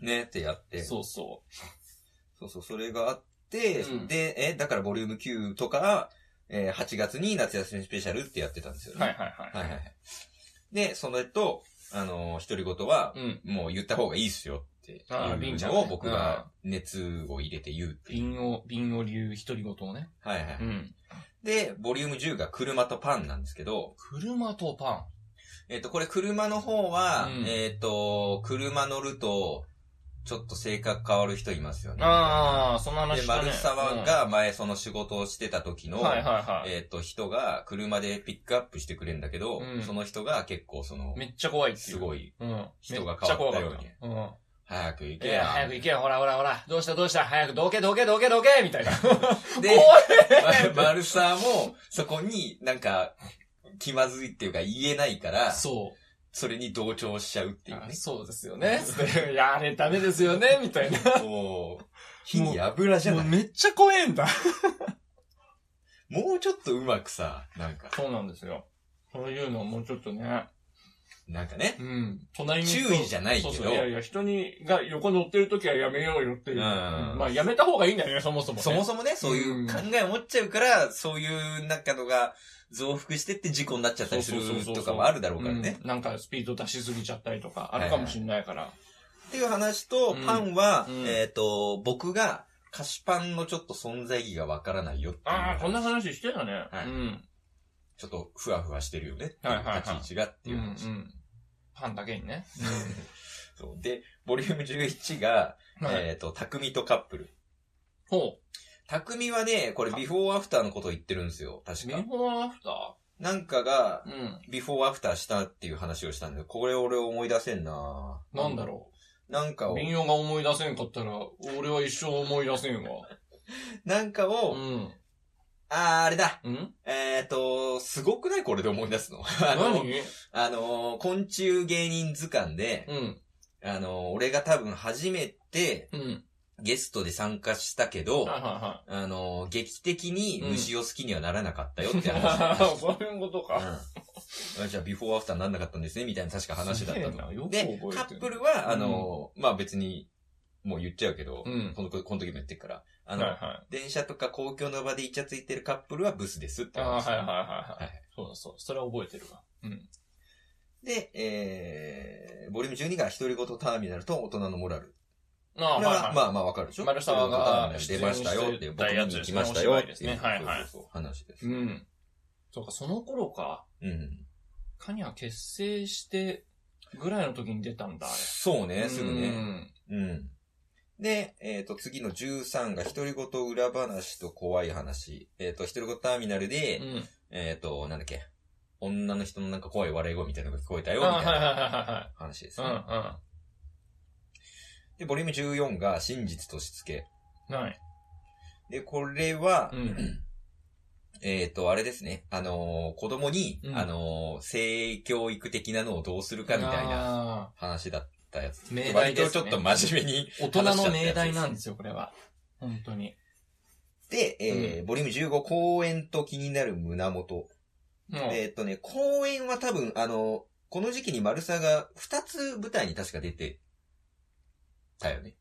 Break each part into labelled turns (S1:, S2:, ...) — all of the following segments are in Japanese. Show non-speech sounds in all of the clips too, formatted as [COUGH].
S1: ねってやって。そう
S2: そうそ
S1: そうそれがあって、
S2: うん
S1: で、え、だからボリューム9とか、えー8月に夏休みスペシャルってやってたんですよ
S2: う。
S1: ね。
S2: はいはい
S1: はい
S2: は
S1: はい
S2: い。
S1: はい。で、それと、あのー、独り言は
S2: う、ん。
S1: もう言った方がいいっすよってい
S2: あー
S1: う
S2: 凛ちゃん
S1: のを
S2: ね
S1: 僕が熱を入れて言うっていう。
S2: 瓶を、瓶を流独り言をね。
S1: はいはい。
S2: うん。
S1: で、ボリューム10が車とパンなんですけど、
S2: 車とパ
S1: えっ、と、これ車の方は、
S2: うん
S1: えっ、と、車乗ると、ちょっと性格変わる人いますよね。
S2: ン。ああ、そんな話
S1: で、
S2: したね。
S1: 丸沢が前その仕事をしてた時
S2: う
S1: の、
S2: ん、はいはいはい。
S1: えっ、と、人が車でピックアップしてくれるんだけど、
S2: うん
S1: その人が結構その、
S2: めっちゃ怖いっていう。
S1: すごい、
S2: うん。
S1: 人が変わったように
S2: めっちゃ怖かった。うん。
S1: 早く行
S2: い
S1: け
S2: や、
S1: や。
S2: 早く行けよ、ほらほらほら、どうしたどうした、早くどけどけどけどけみ [LAUGHS] たいな。
S1: で、 [LAUGHS] 丸沢も、そこになんか、気まずいっていうか言えないから、
S2: [LAUGHS] そ
S1: それに同調しちゃうっていうね
S2: う。。そうですよね。い [LAUGHS] や、あれダメですよね、みたいな。
S1: もう、火に油じゃ
S2: [LAUGHS] も
S1: な
S2: う
S1: い。
S2: めっちゃ怖えんだ。
S1: もうちょっとうまくさ、なんか、
S2: そうなんですよ。そういうのもうちょっとね。
S1: なんかね。
S2: うん。隣に。
S1: 注意じゃないけど
S2: そうそう。いやいや、人に、が横乗ってる時はやめようよっていう。
S1: うん
S2: まあ、やめた方がいいんだよね、そもそもね。
S1: そもそもね、そういう考えを持っちゃうから、そういうなんかのが増幅してって事故になっちゃったりする
S2: そうそうそうそう
S1: とかもあるだろうからね。
S2: うんなんかスピード出しすぎちゃったりとか、あるかもしんないから。
S1: っていう話と
S2: う、ん
S1: パンは、
S2: うん
S1: えっ、と、僕が菓子パンのちょっと存在意義がわからないよっていう。
S2: ああ、こんな話してたね。
S1: はい
S2: うん。
S1: ちょっとふわふわしてるよねってい
S2: はいはいうはい
S1: 立ち位置がっていう話。
S2: うんうん。パンだけにね。
S1: そうで、ボリューム11が、
S2: はい。
S1: えっ、と、匠とカップル。
S2: ほ
S1: 匠はね、これビフォーアフターのことを言ってるんですよ。
S2: う。
S1: 確
S2: ビ
S1: か。
S2: フォーアフタ
S1: なんかが
S2: ー、うん。
S1: ビフォーアフターしたっていう話をしたんだけど、これ俺思い出せんな
S2: なんだろ
S1: なんか
S2: う。
S1: を、
S2: 民謡が思い出せんかったら、俺は一生思い出せんわ。
S1: なんか
S2: う
S1: を、
S2: ん。
S1: あー、あれだ。
S2: うん
S1: えっ、と、すごくないこれで思い出すの。 [LAUGHS] あ
S2: 何
S1: の、あのー昆虫芸人図鑑で、
S2: うん。
S1: あのー俺が多分初めて
S2: うん。
S1: ゲストで参加したけど、
S2: はいは
S1: あの、劇的に虫を好きにはならなかったよって
S2: い
S1: 話。
S2: はい。 [LAUGHS] そういうことか。
S1: うん、じゃあ、ビフォーアフターになんなかったんですね、みたいな確か話だった
S2: すげえ
S1: の。
S2: なよく覚えて
S1: で
S2: る、
S1: カップルは、あの、まあ別に、もう言っちゃうけど、
S2: うん。
S1: このこの時も言ってるから、あ
S2: はい
S1: の、
S2: はい。
S1: 電車とか公共の場でイチャついてるカップルはブスですって
S2: ああ、
S1: 話。
S2: はいはいはいは
S1: はい
S2: い。そうだそうだ。それは覚えてるわ。うん。
S1: で、えー、ボリューム12が独り言ターミナルと大人のモラル。
S2: ああ、
S1: これは、
S2: はい
S1: ま
S2: は
S1: あまあわかるでしょ
S2: 丸沢が
S1: 出ましたよって、僕に行きましたよっていう、
S2: 出演してたやつですねお芝居ですねはいはい
S1: そうそうそう話です。
S2: い。うん。そうか、その頃か。
S1: うん
S2: カニは結成して、ぐらいの時に出たんだ、あれ。
S1: そうね、すぐ
S2: う
S1: ね。
S2: ん。
S1: うん。で、えっ、と、次の13が、独り言裏話と怖い話。えっ、と、独り言ターミナルで、
S2: うん。
S1: えっ、と、なんだっけ、女の人のなんか怖い笑い声みたいなのが聞こえたよ、
S2: ああ、は
S1: み
S2: い
S1: た
S2: はいいは
S1: ない
S2: は
S1: 話です
S2: い
S1: ね。
S2: は
S1: で、ボリューム14が、真実としつけ。
S2: い。うんうん。ない。
S1: で、これは、
S2: うん
S1: [CLEARS THROAT] えっと、あれですね。あのー子供に、
S2: うん
S1: あのー性教育的なのをどうするかみたいな
S2: な。
S1: 話だったやつ。
S2: 命題
S1: 割
S2: です
S1: と
S2: ね
S1: ちょっと真面目に。
S2: 大人の命題なんですよ、これは。本当に。
S1: で、えーボリューム15、公園と気になる胸元。
S2: もう、
S1: えーっとね、公演は多分、あの、この時期に丸さが2つ舞台に確か出てたよね。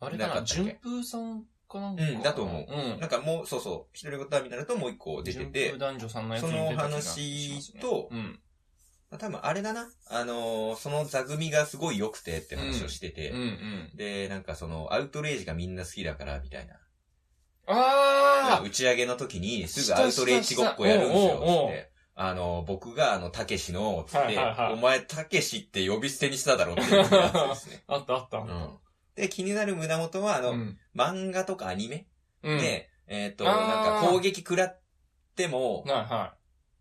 S2: あれか
S1: なかっ
S2: な、
S1: たっけ
S2: 順風さんかなんか。
S1: うんだと思う
S2: うん。
S1: なんかもう、そうそう、一人ごとになるともう一個出て
S2: 順
S1: て
S2: 風、男女さんのやつ
S1: そ
S2: に
S1: の
S2: 出た気がします
S1: 話
S2: ね
S1: と
S2: う、ん。
S1: 多分あれだな、あのーその座組がすごい良くてって話をしてて、
S2: うんうん。
S1: で、なんかその、アウトレイジがみんな好きだから、みたいな。
S2: あ
S1: 打ち上げの時にすぐアウトレイジごっこやるんですよ、
S2: おうおうお
S1: つ
S2: う
S1: って。あの、僕が、あの、たけしの、つって、
S2: はいはいはい
S1: お前、たけしって呼び捨てにしただろっていうやつです
S2: [LAUGHS]
S1: ね。
S2: ああったあった。
S1: うん。で、気になる胸元は、あの、
S2: うん。
S1: 漫画とかアニメ、
S2: うん。
S1: で、えっ、と、
S2: あー
S1: なんか攻撃食らっても、
S2: はいは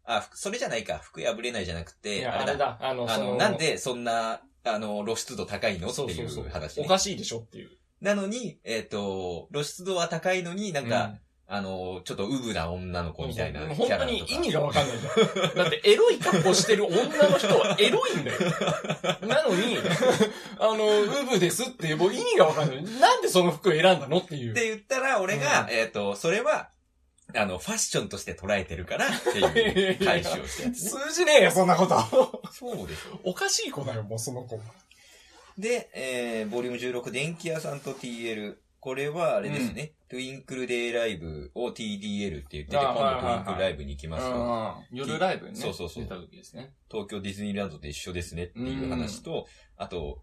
S1: あ、ふそれじゃないか、服破れないじゃなく
S2: い。い
S1: て、
S2: や、あれだ。あの、
S1: あ
S2: そ
S1: の、なんでそんな、あの、露出度高いのって
S2: そう
S1: い
S2: そうそうう
S1: 話、
S2: お
S1: ね。
S2: かしいでしょっていう。
S1: なのに、えっ、と、露出度は高いのに、なんか、
S2: うん
S1: あの、ちょっとウブな女の子みたいな
S2: そう
S1: キ
S2: そう
S1: ャ
S2: 本当
S1: ラ
S2: に
S1: と
S2: 意
S1: か。
S2: 味がわかんないじゃん。だって、エロい格好してる女の人はエロいん
S1: [LAUGHS]
S2: だよ。なのに、あの、ウブですって、もう意味がわかんない。なんでその服を選んだのっていう。
S1: って言ったら、俺が、
S2: うん
S1: えっ、と、それは、あの、ファッションとして捉えてる
S2: [LAUGHS]
S1: から、っていう返しをしてやつね。
S2: 数字ねえよ、そんなこと。
S1: そうでしょ。
S2: おかしい子だよ、もうその子。
S1: で、えー、ボリューム16、電気屋さんと TL。これは、あれですね、トゥインクルデイライブを TDL って言ってて、
S2: あ
S1: 今
S2: ーはい
S1: 度
S2: はい
S1: ト
S2: は
S1: ゥ
S2: い
S1: インクルライブに行きますと、
S2: うん夜ライブね。
S1: そうそうそう
S2: 出た時ですね。
S1: 東京ディズニーランドと一緒ですねっていう話と、あと、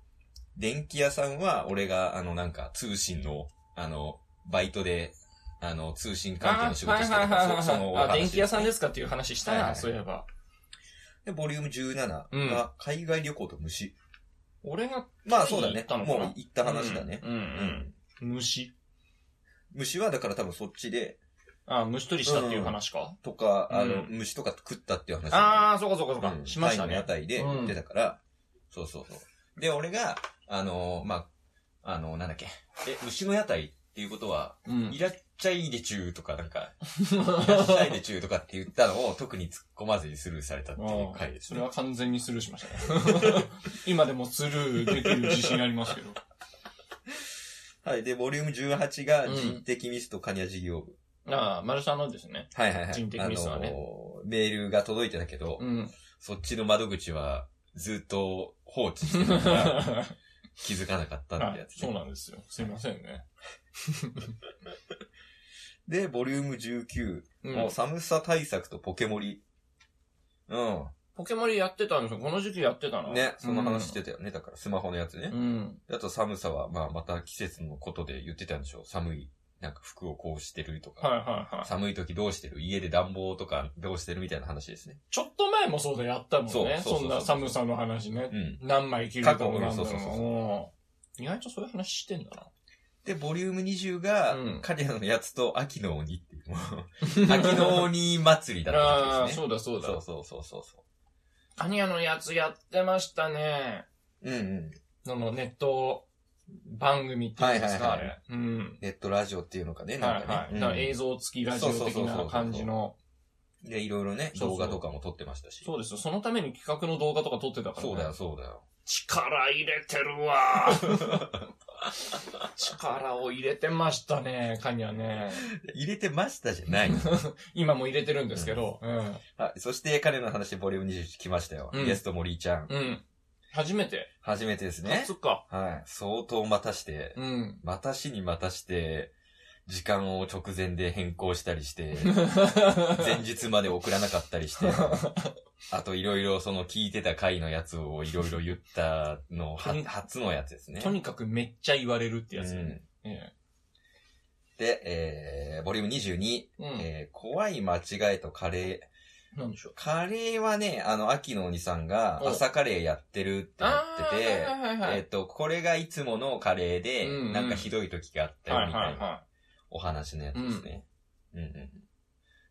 S1: 電気屋さんは、俺が、あの、なんか、通信の、あの、バイトで、あの、通信関係の仕事してたから、そそのお話
S2: あ、電気屋さんですかっていう話した
S1: はいは
S2: な、
S1: い
S2: そういえば。
S1: で、ボリューム17
S2: うん
S1: が、海外旅行と虫。
S2: 俺が、
S1: まあ、そうだ
S2: 行
S1: ね
S2: った。のか
S1: も
S2: な
S1: う行った話だね。
S2: うん。う
S1: うん
S2: ん虫。
S1: 虫は、だから多分そっちで、
S2: あ、虫取りしたっていう話か。
S1: とか、あ
S2: う
S1: の、
S2: ん
S1: 虫とか食ったっていう話。
S2: ああ、そうかそうかそうか
S1: う。ん
S2: しました
S1: タイの屋
S2: ね。
S1: 台で売ってたから、そうそうそう。で、俺が、あのーまあ、あのーなんだっけ。え、牛の屋台っていうことは、
S2: うん
S1: い。らっちゃいでちゅーとか、なんか、い
S2: [LAUGHS]
S1: らっしゃいでちゅーとかって言ったのを特に突っ込まずにスルーされたっていう回です
S2: それ
S1: ね。
S2: は完全にスルーしましたね。 [LAUGHS] 今でもスルーできる自信ありますけど。
S1: はい。で、ボリューム18が
S2: うん
S1: 人的ミスとカニャ事業部。
S2: [LAUGHS] ああ、マルサのですね。
S1: はいはいはい。
S2: 人的ミスはね
S1: あのーメールが届いてたけど、
S2: うん。
S1: そっちの窓口はずっと放置して
S2: [LAUGHS]
S1: たから気づかなかったってやつ、ね
S2: そうなんですよ。すいませんね。
S1: で、ボリューム19。
S2: うん
S1: もう寒さ対策とポケモリ。うん。
S2: ポケモリやってたんですよ。この時期やってたな。
S1: ね、その話してたよね。だからスマホのやつね
S2: う。ん。
S1: あと寒さは、まあまた季節のことで言ってたんでしょう。寒い、なんか服をこうしてると
S2: はい
S1: か。
S2: はいはい。
S1: 寒い時どうしてる家で暖房とかどうしてるみたいな話ですね。
S2: ちょっと前もそうだやったもんね。
S1: そうそうそうそう
S2: そんな寒さの話ね。
S1: うん。
S2: 何枚切るとかもな
S1: 過
S2: んだ
S1: 去うんそうそうそうそ
S2: ろう。意外とそういう話してんだな。
S1: で、ボリューム20が
S2: うん、
S1: カリアのやつと秋の鬼っていう。も
S2: [LAUGHS]
S1: う秋の鬼祭りだった
S2: あ
S1: ん
S2: あ、
S1: です
S2: そ
S1: ね。
S2: うだそうだ
S1: そう。そうそうそうそ
S2: アニアのやつやってましたね。
S1: う。うんうん。
S2: そのネット番組っていうんですか、
S1: はいはいはい
S2: あれ。うん。
S1: ネットラジオっていうのかね、
S2: は
S1: なん
S2: い
S1: かね。
S2: はい。
S1: うん
S2: だから映像付きラジオ
S1: そうそう
S2: 的
S1: そうそう
S2: な感じの。
S1: で、いろいろね、
S2: そう
S1: 動
S2: そう
S1: 画とかも撮ってましたし。
S2: そうですよ。そのために企画の動画とか撮ってたからね。
S1: そうだよ、そうだよ。
S2: 力入れて
S1: [LAUGHS]
S2: るわ。力を入れてましたね、カニはね。
S1: 入れてましたじゃない。
S2: [LAUGHS] 今も入れてるんですけど。うん。
S1: はい。そして彼の話、ボリューム21来ましたよ。
S2: うん
S1: ゲスト森井ちゃん。
S2: うん。初めて。
S1: 初めてですね。
S2: 初か。
S1: はい。相当待たして、 [LAUGHS]
S2: うん。
S1: 待たしに待たして、時間を直前で変更したり
S2: [LAUGHS]
S1: して、前日まで送らなかったりして、あといろいろその聞いてた回のやつをいろいろ言ったの、は
S2: うん
S1: 初のやつですね。
S2: [LAUGHS] とにかくめっちゃ言われるってやつ。
S1: うん
S2: え
S1: で、えー、ボリューム22、
S2: えうん。
S1: えー、怖い間違いとカレー、
S2: なんでしょう。
S1: カレーはね、あの、秋の鬼さんが
S2: お
S1: 朝カレーやってるって言ってて、
S2: あーはいはいはいはい
S1: えっ、と、これがいつものカレーで、
S2: うんうん
S1: なんかひどい時があった
S2: は
S1: よ
S2: い
S1: み
S2: は
S1: た
S2: い
S1: いな
S2: は
S1: お話のやつですね。うんうんうん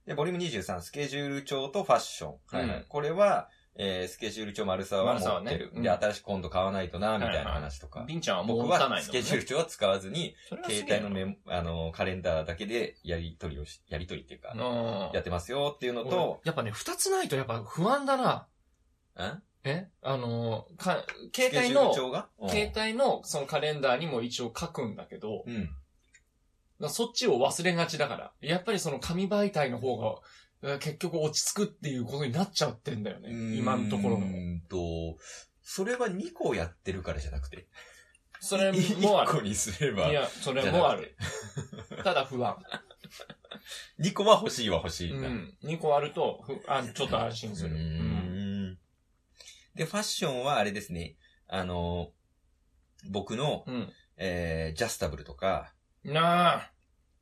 S1: で、ボリューム23、スケジュール帳とファッション。はいはい
S2: うん
S1: これは、えースケジュール帳丸沢は持
S2: 丸沢
S1: って
S2: ね
S1: る。
S2: うん
S1: で、新しく今度買わないとな、みたいな話とか。
S2: い。ビンちゃんはもう
S1: 僕
S2: 持たな
S1: はいスケジュール帳は使わずに、
S2: ル
S1: 携帯のメモ、あの、カレンダーだけでやり取りをし、やり取りっていうか、
S2: の
S1: やってますよっていうのと、
S2: やっぱね、二つないとやっぱ不安だな。
S1: ん
S2: えあのー、か、
S1: ス
S2: 携
S1: ケ
S2: 帯
S1: ジュール
S2: の、
S1: 帳がうん
S2: 携帯のそのカレンダーにも一応書くんだけど、
S1: うん。
S2: そっちを忘れがちだから。やっぱりその紙媒体の方が、えー結局落ち着くっていうことになっちゃってんだよね。今のところ
S1: う
S2: も。
S1: ーんと、それは2個やってるからじゃなくて。[LAUGHS]
S2: それもあ
S1: 1
S2: る。
S1: 個にすれば
S2: い、や、それもある。ただ不安。
S1: 2個は欲しいは欲しい
S2: うん
S1: だ。
S2: ん。2個あると、ふあちょっと安心する。
S1: う
S2: うん
S1: ーんで、ファッションはあれですね。あの、僕の、
S2: うん。
S1: えージャスタブルとか、
S2: なあ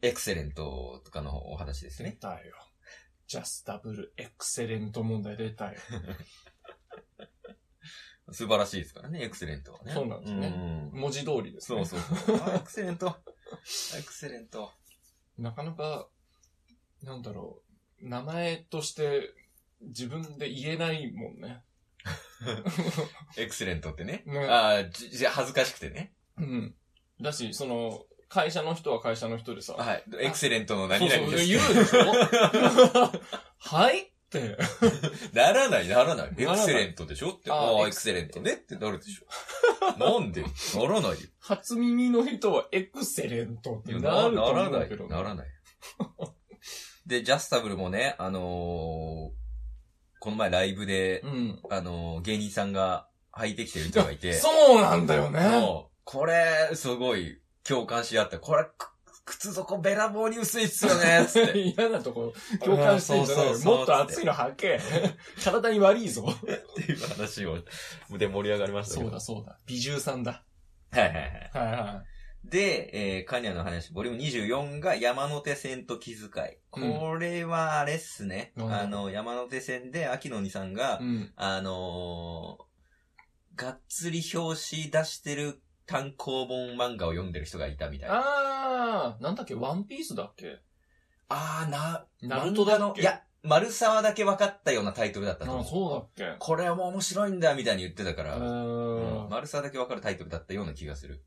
S1: エクセレントとかのお話です
S2: 出
S1: ね。
S2: たよ。ジャスダブルエクセレント問題出たよ。
S1: 素晴らしいですからね、エクセレントはね。
S2: そうなんですね
S1: うん
S2: 文字通りです、
S1: そ
S2: ね。
S1: うそうそう。あエクセレント。エクセレント。
S2: なかなか、なんだろう、名前として自分で言えないもんね。
S1: エクセレントってね。
S2: ね
S1: ああ、じじゃあ恥ずかしくてね。
S2: うん。だし、その、会社の人は会社の人でさ、
S1: はい。エクセレントの何
S2: そう
S1: 々
S2: そう、
S1: です。
S2: 言うでしょ [LAUGHS] はいって。
S1: [LAUGHS] ならない、ならない。
S2: な
S1: エ
S2: ら
S1: ク
S2: ない
S1: セレントでしょって。
S2: あー
S1: ああ、
S2: エ
S1: エ
S2: ク
S1: クセレントねってなるでしょ。 [LAUGHS] なんでならないよ。
S2: 初耳の人はエクセレントってなると
S1: な
S2: 思
S1: ら
S2: うん
S1: な
S2: だ
S1: い
S2: けど。。
S1: ならない。で、ジャスタブルもね、あのーこの前ライブで
S2: う、ん。
S1: あのー芸人さんが履いてきてる人がいて、
S2: [LAUGHS] そうなんだよね。
S1: もう、これ、すごい、共感し合った。これ、く靴底べらぼうに薄いっすよね、つって。
S2: 嫌なとこ [LAUGHS] 共感してんじゃない
S1: そう
S2: よ
S1: そうそう
S2: もっと熱いの履け。体に悪いぞ。
S1: っていう話を、で盛り上がりましたけ
S2: そ
S1: ど。
S2: うだそうだ。美獣さんだ。
S1: はいはいはい。
S2: はいは
S1: で、えー、カニャの話、ボリューム24が山手線と気遣い。
S2: うん
S1: これはあれっすね。
S2: なんだ
S1: あの、山手線で秋野にさんが、
S2: い。うん。
S1: あのー、がっつり表紙出してる単行本漫画を読んでる人がいたみたい。あ
S2: あー、なんだっけ、ワンピースだっけ
S1: あー、な、
S2: ナルトだっ
S1: 漫画の
S2: け
S1: いや、丸沢だけ分かったようなタイトルだったと
S2: あ
S1: 思う。
S2: そうだっけ
S1: これも面白いんだ、みたいに言ってたか
S2: う
S1: ら。
S2: ー
S1: うん
S2: ん。
S1: 丸沢だけ分かるタイトルだったような気がする。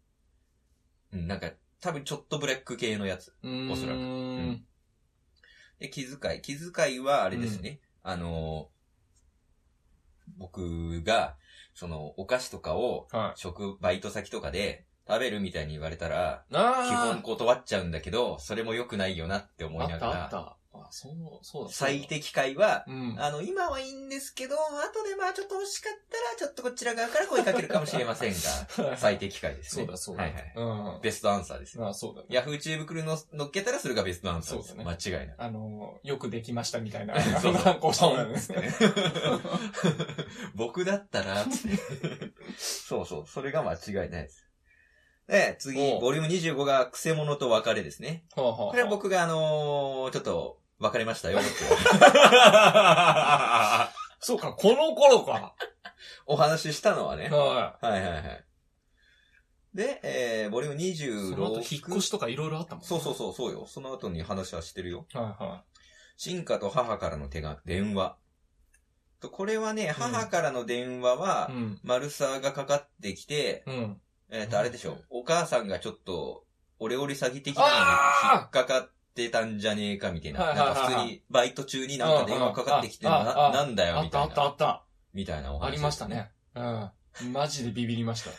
S1: うん、なんか、多分ちょっとブラック系のやつ。おそらく
S2: うーん。
S1: で、気遣い。気遣いは、あれですね。あのー僕が、その、お菓子とかを、
S2: はい。
S1: 食、バイト先とかで、食べるみたいに言われたら、基本
S2: あ
S1: 断っちゃうんだけど、それも良くないよなって
S2: ー
S1: 思
S2: あ
S1: い
S2: っ
S1: な
S2: た
S1: が
S2: あっ
S1: ら、
S2: た。あ、そう、そうだ。
S1: 最。適解は、
S2: うん。
S1: あの、今はいいんですけど、後でまあちょっと欲しかったら、ちょっとこちら側から声かけるかもしれません
S2: [LAUGHS]
S1: が、最適解です
S2: そ
S1: ね。
S2: うだそうだ。
S1: はいはい。
S2: うん。
S1: ベストアンサーです。
S2: あ、そうだね。
S1: ヤフー知恵袋にの乗っけたらそれがベストアンサーで
S2: そ
S1: す。
S2: うだ
S1: 間
S2: ね
S1: 違いない。
S2: あの、よくできましたみた [LAUGHS] いな。
S1: そうそう
S2: 反抗したもんね。
S1: [LAUGHS] 僕だったら、つって。そうそう、それが間違いないです。で、次、
S2: おう
S1: ボリューム25が、くせ者と別れですね。
S2: はあはあ
S1: これは僕が、あのーちょっと、別れましたよ、って。
S2: そうか、この頃か。
S1: お話ししたのはね。
S2: は
S1: はいはいはい。で、えー、ボリューム
S2: い。
S1: 26。
S2: その後、引っ越しとかいろいろあったもんね
S1: そうそうそう、そうよ。その後に話はしてるよ。
S2: はいは
S1: 進化と母からの手が、電話。と、これはね、母からの電話
S2: い。
S1: は
S2: う、ん。
S1: 丸沢がかかってきて、
S2: うん。
S1: えっ、と、あれでしょ、お母さんがちょっと、オレオレ詐欺的なのに
S2: あー
S1: 引っかかってたんじゃねえかみたいな。な
S2: は
S1: いん
S2: はいはいはい
S1: か普通に、バイト中になんか電話かかってきて、
S2: うんうんうんうん
S1: ななんだよ
S2: あ
S1: み
S2: ったたあ
S1: い
S2: ったあ
S1: な。
S2: った。
S1: みたいなお話。
S2: あり
S1: [LAUGHS]
S2: ました。ね。うん。マジでビビりました。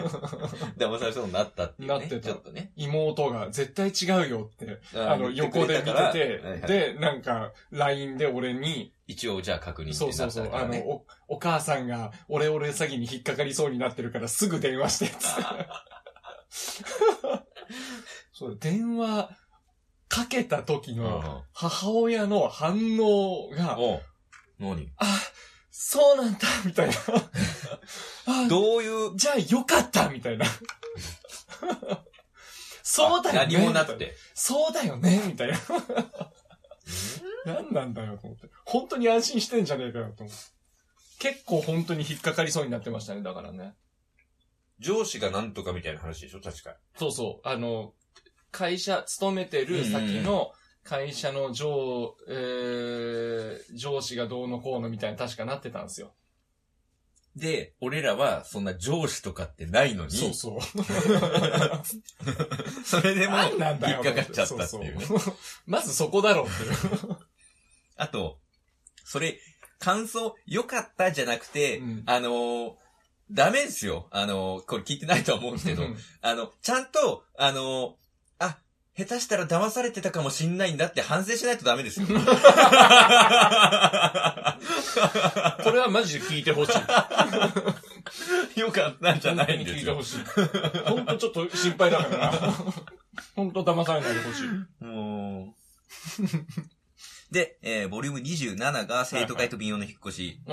S2: [LAUGHS]
S1: 騙されそうになったっていうね。
S2: なってた
S1: ちょっとね。妹
S2: 妹が絶対違うよって、あの、
S1: 言ってく
S2: 横で
S1: れ
S2: 見
S1: たから
S2: て
S1: はいは
S2: て、
S1: い
S2: で、なんか、LINE で俺に、
S1: 一応じゃあ確認
S2: そう
S1: って
S2: そ
S1: な
S2: う
S1: った
S2: そ
S1: か
S2: う、あ
S1: ら
S2: の、
S1: ね。
S2: お、お母さんが、俺俺詐欺に引っかかりそうになってるからすぐ電話して、つって。
S1: [LAUGHS]
S2: そう、電話かけた時
S1: うんう
S2: の
S1: ん
S2: 母親の反応が、
S1: おう何
S2: あ、そうなんだ、みたいな。
S1: [LAUGHS]
S2: あ
S1: どういう
S2: じゃあよかった、みた
S1: [LAUGHS]
S2: いな。そうだよね。
S1: 何もなくて。
S2: そうだよね、みたいな。何なんだよ、と思って。本当に安心してんじゃねえかよ、と思って。結構本当に引っかかりそうになってましたね、だからね。
S1: 上司がなんとかみたいな話でしょ確か。
S2: そうそう、あの、会社、勤めてる先の会社の上、えー、上司がどうのこうのみたいに確かなってたんですよ。
S1: で、俺らはそんな上司とかってないのに、
S2: そうそう。
S1: [LAUGHS] それでも
S2: 何なんだよ。
S1: 引っかかっちゃったっていうね
S2: そうそうまずそこだろうって
S1: あと、それ、感想良かったじゃなくて、
S2: うん
S1: あのーダメですよ。あのーこれ聞いてないとは思うんです
S2: い
S1: け
S2: う。
S1: ど、あの、ちゃんと、あのーあ、下手したら騙されてたかもしんないんだって反省しないとダメ
S2: [LAUGHS]
S1: ですよ。 [LAUGHS]
S2: これはマジで聞いてほしい。
S1: 良かったじゃないんですよ。
S2: 本当に聞いてほしい。本当ちょっと心配だからな。
S1: [LAUGHS]
S2: 本当騙されないでほしい。
S1: もう。で、えー、ボリューム27が生徒会と民謡の引っ越し。
S2: うん。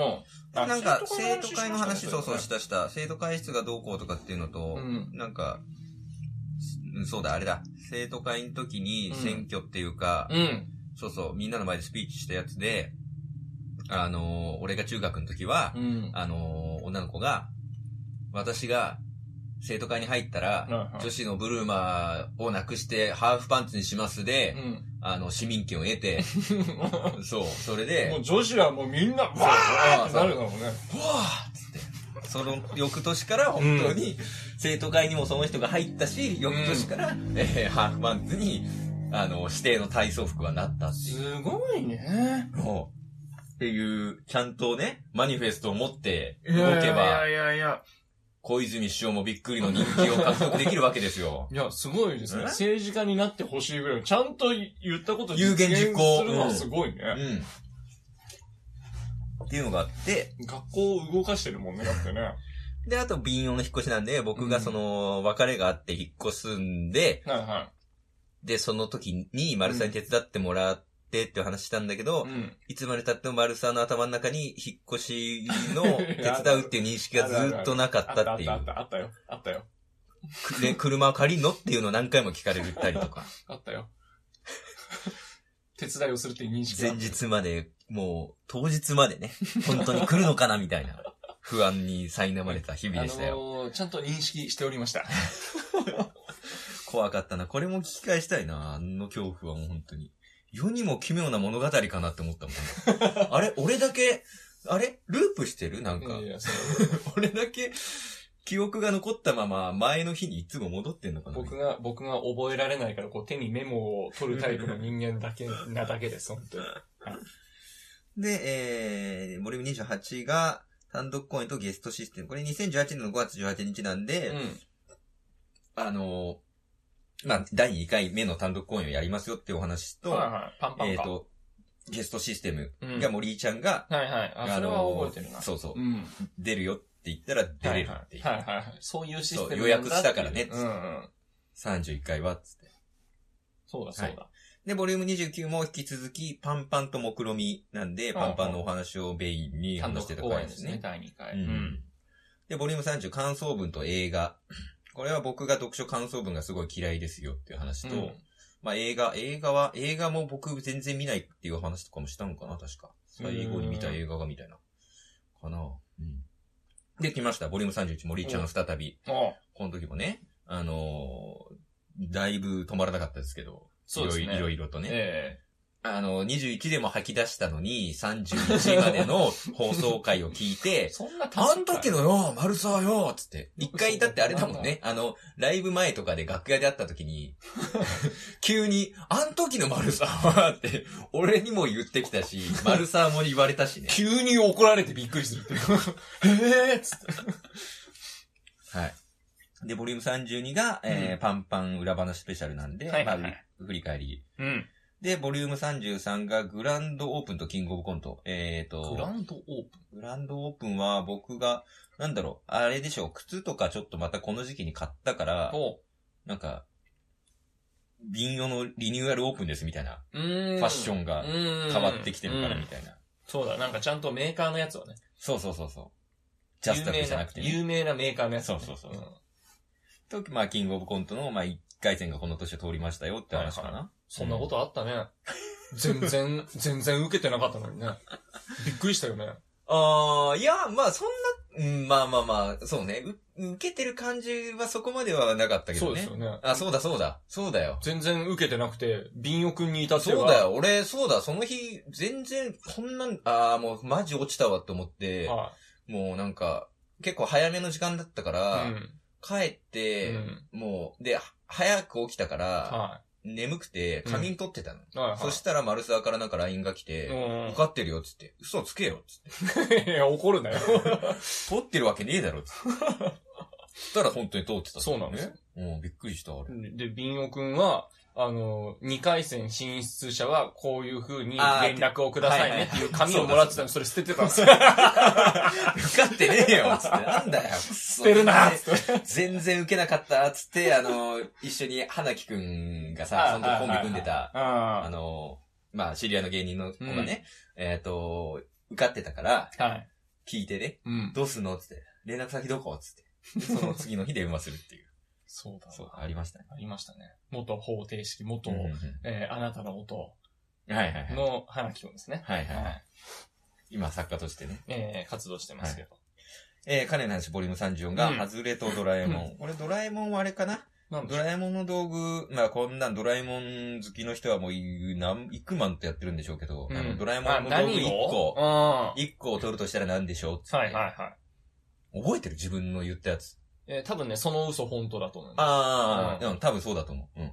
S1: なんか、生徒会の話、
S2: し
S1: そ
S2: ま
S1: う
S2: した
S1: そう
S2: ね
S1: したした。生徒会室がどうこうとかっていうのと、
S2: うん
S1: なんか、うんそうだ、あれだ。生徒会の時に選挙っていうか、
S2: うん。
S1: そうそう、みんなの前でスピーチしたやつで、あのー俺が中学の時は
S2: う、ん。
S1: あのー女の子が、私が生徒会に入ったら、
S2: はい
S1: 女子のブルーマーをなくしてハーフパンツにしますで、
S2: うん。
S1: あの、市民権を得
S2: [LAUGHS]
S1: て、そう、それで、
S2: も
S1: わ
S2: う女子らもうみんな、わーってなるだろうね。
S1: あっつって、その翌年から本当に、生徒会にもその人が入ったし、翌年から、えーハーフパンツに、あの、指定の体操服はなったっていう。
S2: すごいね。
S1: もうっていう、ちゃんとね、マニフェストを持って動
S2: いやい
S1: け
S2: や
S1: ば、
S2: いやいや。。
S1: 小泉首相もびっくりの人気を獲得できるわけですよ
S2: いや、すごいですね。
S1: え
S2: 政治家になってほしいぐらい、ちゃんと言ったこと
S1: 有言実行
S2: するのはすごいね。
S1: うん。っていうのがあって、
S2: 学校を動かしてるもんね、だってね。
S1: で、あと、便用の引っ越しなんで、僕がその、別れがあって引っ越すんで、
S2: はいは
S1: で、その時に丸さんに手伝ってもらってっていう話したんだけど、
S2: い。うん。
S1: いつまで経っても丸さんの頭の中に引っ越し
S2: [LAUGHS]
S1: の手伝うっていう認識がずっとなか
S2: あ
S1: っ
S2: った
S1: た
S2: あ
S1: っ
S2: って
S1: い
S2: たあっ
S1: う。
S2: たあったよ。あったよ。
S1: で、車を借りんのっていうのを何回も聞かれたりと
S2: [LAUGHS]
S1: か。
S2: あったよ。手伝いをするっていう認識が
S1: 前日まで、もう、当日までね、本当に来るのかなみたいな、不安に苛まれた日々でした
S2: あ
S1: よ。
S2: のーちゃんと認識しておりました。
S1: 怖かったな。これも聞き返したいな。あの恐怖はもう本当に。世にも奇妙な物語かなって思った
S2: [LAUGHS]
S1: もん。あれ俺だけ、あれループしてるなんか。
S2: いやいやその
S1: [LAUGHS] 俺だけ、記憶が残ったまま、前の日にいつも戻ってんのかな
S2: 僕が、僕が覚えられないから、こう手にメモを取るタイプの人間だけ、なだけです、本当に。
S1: で、えー、ボリューム28が、単独公演とゲストシステム。これ2018年の5月18日なんで、
S2: うん。
S1: あのーまあ、第2回目の単独公演をやりますよっていうお話と、
S2: はいはい。パンパ
S1: え
S2: ン
S1: っ、
S2: パン。
S1: と、ゲストシステム
S2: うん
S1: が森井ちゃんが、
S2: はいはい。あ、それは覚えてる
S1: あの
S2: な。
S1: ーそうそう
S2: う。ん。
S1: 出るよって言ったら出れるっていう。
S2: はいはいはい。そういうシステム
S1: そう予約したからね
S2: うんうん。
S1: 31回はっつって。
S2: そうだそうだ。
S1: で、ボリューム29も引き続き、パンパンと目論みなんで、
S2: うん
S1: パンパンのお話をメインに
S2: 単
S1: 話
S2: 独
S1: してた
S2: 公
S1: 回
S2: 演
S1: で
S2: ですすね
S1: ね、。
S2: 第2回。
S1: う
S2: うん。
S1: ん。で、ボリューム30、感想文と映画。 [CLEARS THROAT] これは僕が読書感想文がすごい嫌いですよっていう話と、
S2: うん
S1: まあ映画、映画は、映画も僕全然見ないっていう話とかもしたのかな、確か。最後に見た映画がみたいな。かな。うん。で、来ました。ボリューム31、森井ちゃん再び。
S2: あ
S1: この時もね、あのーだいぶ止まらなかったですけど、
S2: そうですね
S1: いろいろいろいろとね。
S2: え
S1: あの、21でも吐き出したのに、31までの放送回を聞い
S2: え。 [LAUGHS]
S1: て、
S2: そんな多
S1: あ
S2: 数
S1: ん
S2: 回
S1: 時のよ、丸沢よ、つって。一回だってあれだもんね。あの、ライブ前とかで楽屋で会った時に、 [LAUGHS] 急に、あん時の丸沢は、って、俺にも言ってきたし、丸沢も言われた
S2: [LAUGHS]
S1: しね。
S2: 急に怒られてびっくりするっていう。 [LAUGHS] ええっつって。
S1: はい。で、ボリューム32が、えーパンパン裏話スペシャルなんで、
S2: はいはいはい
S1: まあ、振り返り。
S2: うん。
S1: で、ボリューム33がグランドオープンとキングオブコント。えーと、
S2: グランドオープ
S1: グランドオープンは僕が、なんだろう、あれでしょう、靴とかちょっとまたこの時期に買ったか
S2: ン
S1: ら、
S2: と、
S1: なんか、瓶用のリニューアルオープンですみたいな。
S2: ファ
S1: ファッショ
S2: ン
S1: ンが変わってきてるからみたいな。
S2: そうだ、なんかちゃんとメーカーのやつはね。
S1: そうそうそうそう。ジャスタックじゃなくてね。
S2: 有名な有名なメーカーのやつね、
S1: そうそうそう
S2: うん
S1: と、まあ、キングオブコントの、まあ、一回戦がこの年を通りましたよって話かな。
S2: はいそんなことあったね。全然、 [LAUGHS] 全然受けてなかったのにね。びっくりしたよね。
S1: ああ、いや、まあ、そんな、うんまあまあまあ、そうね。う受けてる感じはそこまではなかったけ
S2: そ
S1: ど
S2: うです
S1: ね
S2: よ。ね。
S1: あ、そうだそうだ。そうだよ。
S2: 全然受けてなくて、ビンオ君に至っては。
S1: そうだよ、俺、そうだ、その日、全然、こんなん、ああ、もう、マジ落ちたわって思って、
S2: は
S1: もうなんか、結構早めの時間だったか
S2: い。
S1: ら、
S2: うん。
S1: 帰って、
S2: うん
S1: もう、で、は早く起きたから、
S2: は
S1: 眠くて、仮眠取ってたの。
S2: い。はいはい。
S1: そしたら、丸沢からなんか LINE が来
S2: う
S1: て、
S2: ん
S1: 受かってるよ、っつって。嘘つけよ、っつって。
S2: いや、怒るなよ。
S1: 取ってるわけねえだろ、っつ
S2: [LAUGHS]
S1: って。そしたら本当に通ってた。
S2: そうなんですよ。
S1: うん、びっくりした、あれ。
S2: で、ビンオ君は、あの、2回戦進出者はこういう風に
S1: あー
S2: 連絡をください
S1: はい
S2: ね
S1: はい
S2: っていう紙をもらってたの、それ捨て
S1: [LAUGHS]
S2: てたんですよ。
S1: 受かってねえよ、っつって。なんだよ、捨
S2: 捨てるなっつって。
S1: 全然受けなかった、つ [LAUGHS] って、あの、一緒に花木くんがさ、その時コンビ組んでた、あ
S2: [LAUGHS] あ
S1: の、まあ、知り合いの芸人の子がね、えっ、と、受かってたから、
S2: あ。はい。
S1: 聞いてね、
S2: うん。
S1: どうすんのつって、連絡先どこつって、その次の日電話するっていう。
S2: そうだ。
S1: [LAUGHS] そう、ありましたね。
S2: ありましたね。元方程式、元、
S1: うんうん
S2: えーあなたの音
S1: うんはいはいはい。
S2: の花木くんですね。
S1: はいはい
S2: は
S1: はい。
S2: い。
S1: 今、作家としてね。
S2: えー活動してますけど。
S1: えー、彼の話、ボリューム34が、
S2: うん
S1: ハズレとドラえもん。これ、ドラえもんはあれかな
S2: なんで
S1: ドラえもんの道具、まあこんなんドラえもん好きの人はもうい、なん、幾万とやってるんでしょうけど、
S2: うん
S1: あのドラえもんの道具1
S2: あ
S1: 個、
S2: 何を
S1: 1個を取るとしたら何でしょうっつって
S2: うん。はいはいはい。
S1: 覚えてる自分の言ったやつ。
S2: えー多分ね、その嘘本当だと思う。
S1: あ
S2: う
S1: あ、うん、多分そうだと思う。うん。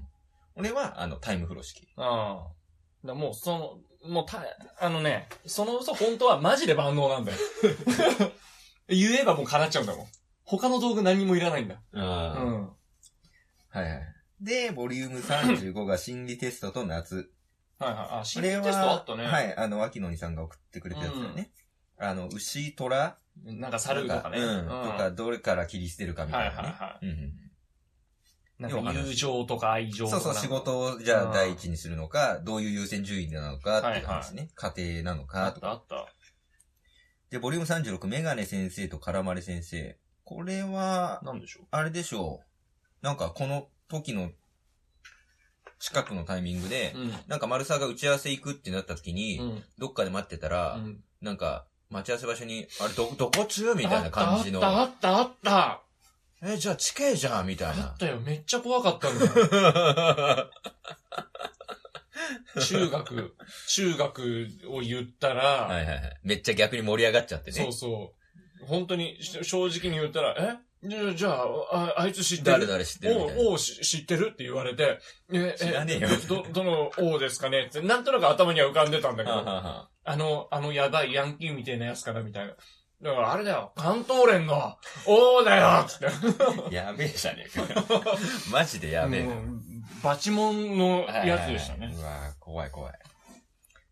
S1: 俺は、あの、タイム風呂式。
S2: ああ。だもう、その、もうた、あのね、その嘘本当はマジで万能な
S1: [LAUGHS]
S2: んだよ。言えばもう叶っちゃうんだもん。他の道具何にもいらないんだ。う
S1: あ
S2: ん。
S1: あ、はいはい。で、ボリューム35が心理テストと夏。
S2: [LAUGHS] はいはい。あ、心
S1: こ
S2: 理
S1: れ
S2: テ
S1: は
S2: ストあったね。
S1: はい、あの、秋野にさんが送ってくれたやつだよね。あの、牛、虎
S2: なんか猿とかね。
S1: うん。と
S2: うん
S1: か、どれから切り捨てるかみた
S2: はい
S1: な
S2: いは
S1: ね。
S2: いは
S1: うんうん
S2: い。なんか友情とか愛情
S1: そ
S2: とか。
S1: うそう、仕。事をじゃあ第一にするのか、どういう優先順位なのかっていう話ね。家庭なの
S2: あ
S1: か
S2: っ
S1: と
S2: た
S1: か。
S2: あった。
S1: で、ボリューム36、メガネ先生と絡まれ先生。これは、
S2: なんでしょ
S1: あれでしょう。なんかこの時の近くのタイミングで
S2: う。、うん。
S1: なんか丸沢が打ち合わせ行くってなった時に、
S2: うん。
S1: どっかで待ってたら、
S2: うん
S1: なんか待ち合わせ場所に、あれど、どこ中みたいな感じの、
S2: あったあったあった
S1: え、じゃあ近いじゃんみたい
S2: あ
S1: な
S2: っ。たよ。めっちゃ怖かったんだよ。中学、中学を言ったら、
S1: はいはいはい。めっちゃ逆に盛り上がっちゃってね。
S2: そうそう。本当に、し正直に言ったら、えじゃあ、じゃあ、ああいつ知って
S1: 誰
S2: る
S1: 々知ってるみたいな。
S2: 王、王し知ってるって言われて、え、
S1: 知らねえよ
S2: ど、どの王ですかねって、なんとなく頭には浮かんでたんだけ
S1: はあ
S2: ど、
S1: はあはあ
S2: あの、あのやばいヤンキーみたいなやつかなみたいな。だからあれだよ、関東連の王だよつっ
S1: [LAUGHS]
S2: て。
S1: やべえじゃねえ
S2: [LAUGHS]
S1: か。マジでやべえな
S2: も。うバチモンのやつでした
S1: はいはいはい
S2: ね。
S1: うわー怖い怖い。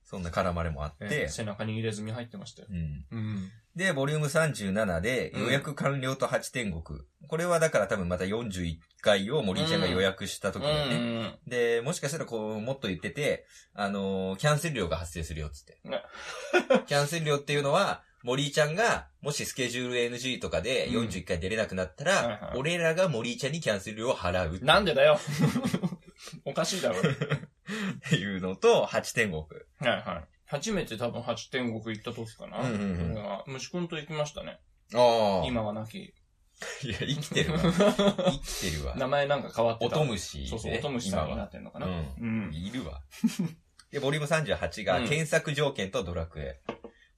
S1: そんな絡まれもあっ
S2: え
S1: て
S2: え、背中に入れ墨入ってましたよ。
S1: うん。
S2: うん。
S1: で、ボリューム37で、
S2: うん
S1: 予約完了と8天国。これはだから多分また41回を森井ちゃんが予約した
S2: う
S1: 時
S2: ん
S1: だね。で、もしかしたらこう、もっと言ってて、あのーキャンセル料が発生するよっつって
S2: ね。 [LAUGHS]
S1: キャンセル料っていうのは、森井ちゃんが、もしスケジュール NG とかで
S2: うん
S1: 41回出れなくなった
S2: はいは
S1: ら、
S2: い
S1: 俺らが森井ちゃんにキャンセル料を払う
S2: うんなんでだよ。 [LAUGHS] おかしいだろ。
S1: っていうのと、8天国。
S2: はいはい。初めて多分八天国行った時かな。
S1: うんうんうん
S2: 俺は虫くんと行きましたね。
S1: ああ。
S2: 今は亡き。
S1: いや、生きてるわ。 [LAUGHS] 生きてるわ。
S2: [LAUGHS] 名前なんか変わってた。
S1: 音虫、ね。
S2: そうそう、音虫さんになってんのか
S1: 今
S2: な。
S1: は。
S2: うん
S1: うん。。いる [LAUGHS] わ。で、ボリューム38が、
S2: うん
S1: 検索条件とドラクエ。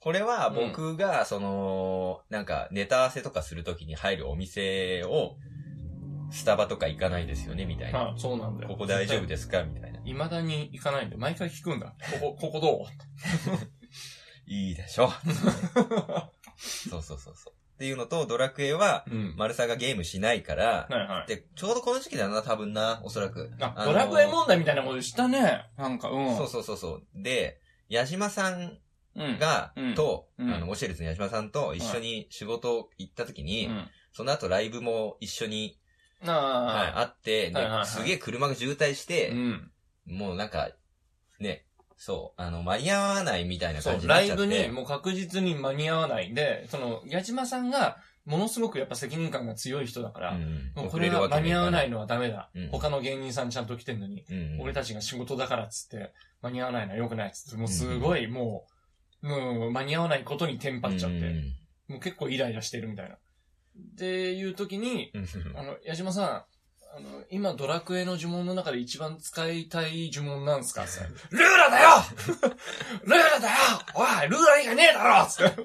S1: これは僕が、その、なんか、ネタ合わせとかするときに入るお店を、スタバとか行かないですよね、みたいな。
S2: あ、そうなんだよ。
S1: ここ大丈夫ですかみたいな。
S2: いまだに行かないんで、毎回聞くんだ。
S1: [LAUGHS]
S2: ここ、ここど
S1: いいでし [LAUGHS] ょ。そうそうそうそう。っていうのと、ドラクエは、
S2: ううん。
S1: 丸さがゲームしないから、
S2: はいはい。
S1: で、ちょうどこの時期だな、多分な、おそらく。
S2: あ、
S1: あ
S2: ド
S1: の
S2: ラクエ問題みたいなことしたね。なんか、うん。
S1: そうそうそうそう。で、矢島さん
S2: うん。
S1: が、
S2: うん
S1: と、
S2: うん
S1: あの、オシェルズの矢島さんと一緒に仕事行った時に、
S2: うん。
S1: その後ライブも一緒に、はい、
S2: あ
S1: 会って、ね
S2: はいはいはい
S1: すげえ車が渋滞し
S2: あ。
S1: て、
S2: うん。
S1: もうなんか、ね、そう、あの、間に合わないみたいな
S2: そ
S1: 感じに
S2: う、
S1: な
S2: ラ
S1: っち
S2: イ
S1: ゃって。
S2: ブにもう確実に間に合わないんで、その、矢島さんが、ものすごくやっぱ責任感が強い人だから、
S1: うん
S2: もうこれは間に合わない。のはダメだ。
S1: うん
S2: 他の芸人さんちゃんと来てんのに、
S1: 遅れるわけにはいかないうん、
S2: 俺たちが仕事だからっつって、間に合わないのは良くないっつって、もうすごいもう、もう間に合わないことにテンパっちゃって、
S1: うんうん
S2: もう結構イライラしてるみたいな。っていう時に、
S1: うん
S2: あの、矢島さん、あの、今ドラクエの呪文の中で一番使いたい呪文なんす
S1: [LAUGHS]
S2: かってルーラだよルーラだよおいルーラ以外ねえだろつって。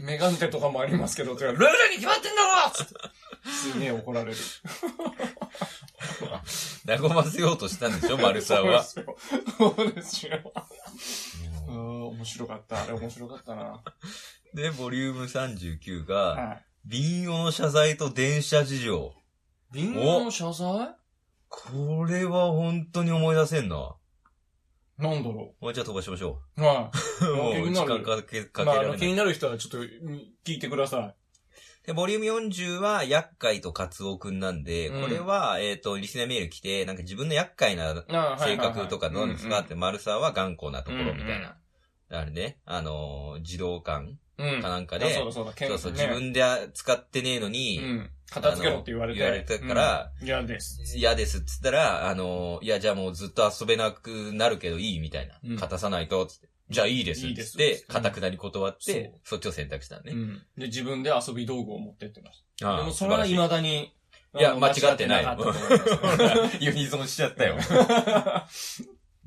S2: メガンテとかもありますけど、つってルーラに決まってんだろつって。すげえ怒られる。
S1: 和ませようとしたんでしょ、丸さんは。
S2: そうですよ。そうですよ。う
S1: うん
S2: ん、面白かった。あれ面白かったな。
S1: で、ボリューム39が、
S2: はい。
S1: 貧乏謝罪と電車事情。
S2: リンゴの謝罪
S1: これは本当に思い出せんな。
S2: なんだろ
S1: もうじゃあ飛ばしましょ
S2: う。は
S1: う。
S2: も
S1: も
S2: う
S1: う
S2: 気
S1: 時
S2: になる
S1: 間かけ、
S2: い。
S1: かけ
S2: まあ、あ
S1: られな
S2: の、気
S1: い。
S2: になる人はちょっとうん聞いてくださ
S1: で、ボリューム40は、厄介とカツオくんなんで、
S2: うん。
S1: これは、えっ、と、リスナーメール来て、なんか自分の厄介ない
S2: ああ
S1: 性格とかどうですかって、丸沢は頑固なところみたい。
S2: は
S1: な。あれね、あのー、児童館
S2: いはいはいうんうんうん。うん
S1: かなんか
S2: あ
S1: で
S2: そう、だそうだ、
S1: そうそう、
S2: ね
S1: 自分で使ってねえの
S2: う
S1: に、
S2: ん。片付けろって言われて。
S1: あの言われたから
S2: うん。嫌です。
S1: 嫌ですっつったら、あのー、いや、じゃあもうずっと遊べなくなるけどいいみたいな
S2: うん。
S1: 勝たさないと、つって。じゃあいいですっつっ
S2: いいで
S1: て
S2: す、
S1: かたくなに断っ
S2: そ
S1: て
S2: う、
S1: そっちを選択したの
S2: う
S1: ね。
S2: ん。で、自分で遊び道具を持ってってまし
S1: あ
S2: た。
S1: あ
S2: でも、それは
S1: 素晴らし
S2: 未だに。
S1: いや
S2: あの
S1: 間違ってない
S2: 間違ってなかったと思います
S1: い [LAUGHS] ユニゾンしちゃったよ。
S2: [LAUGHS]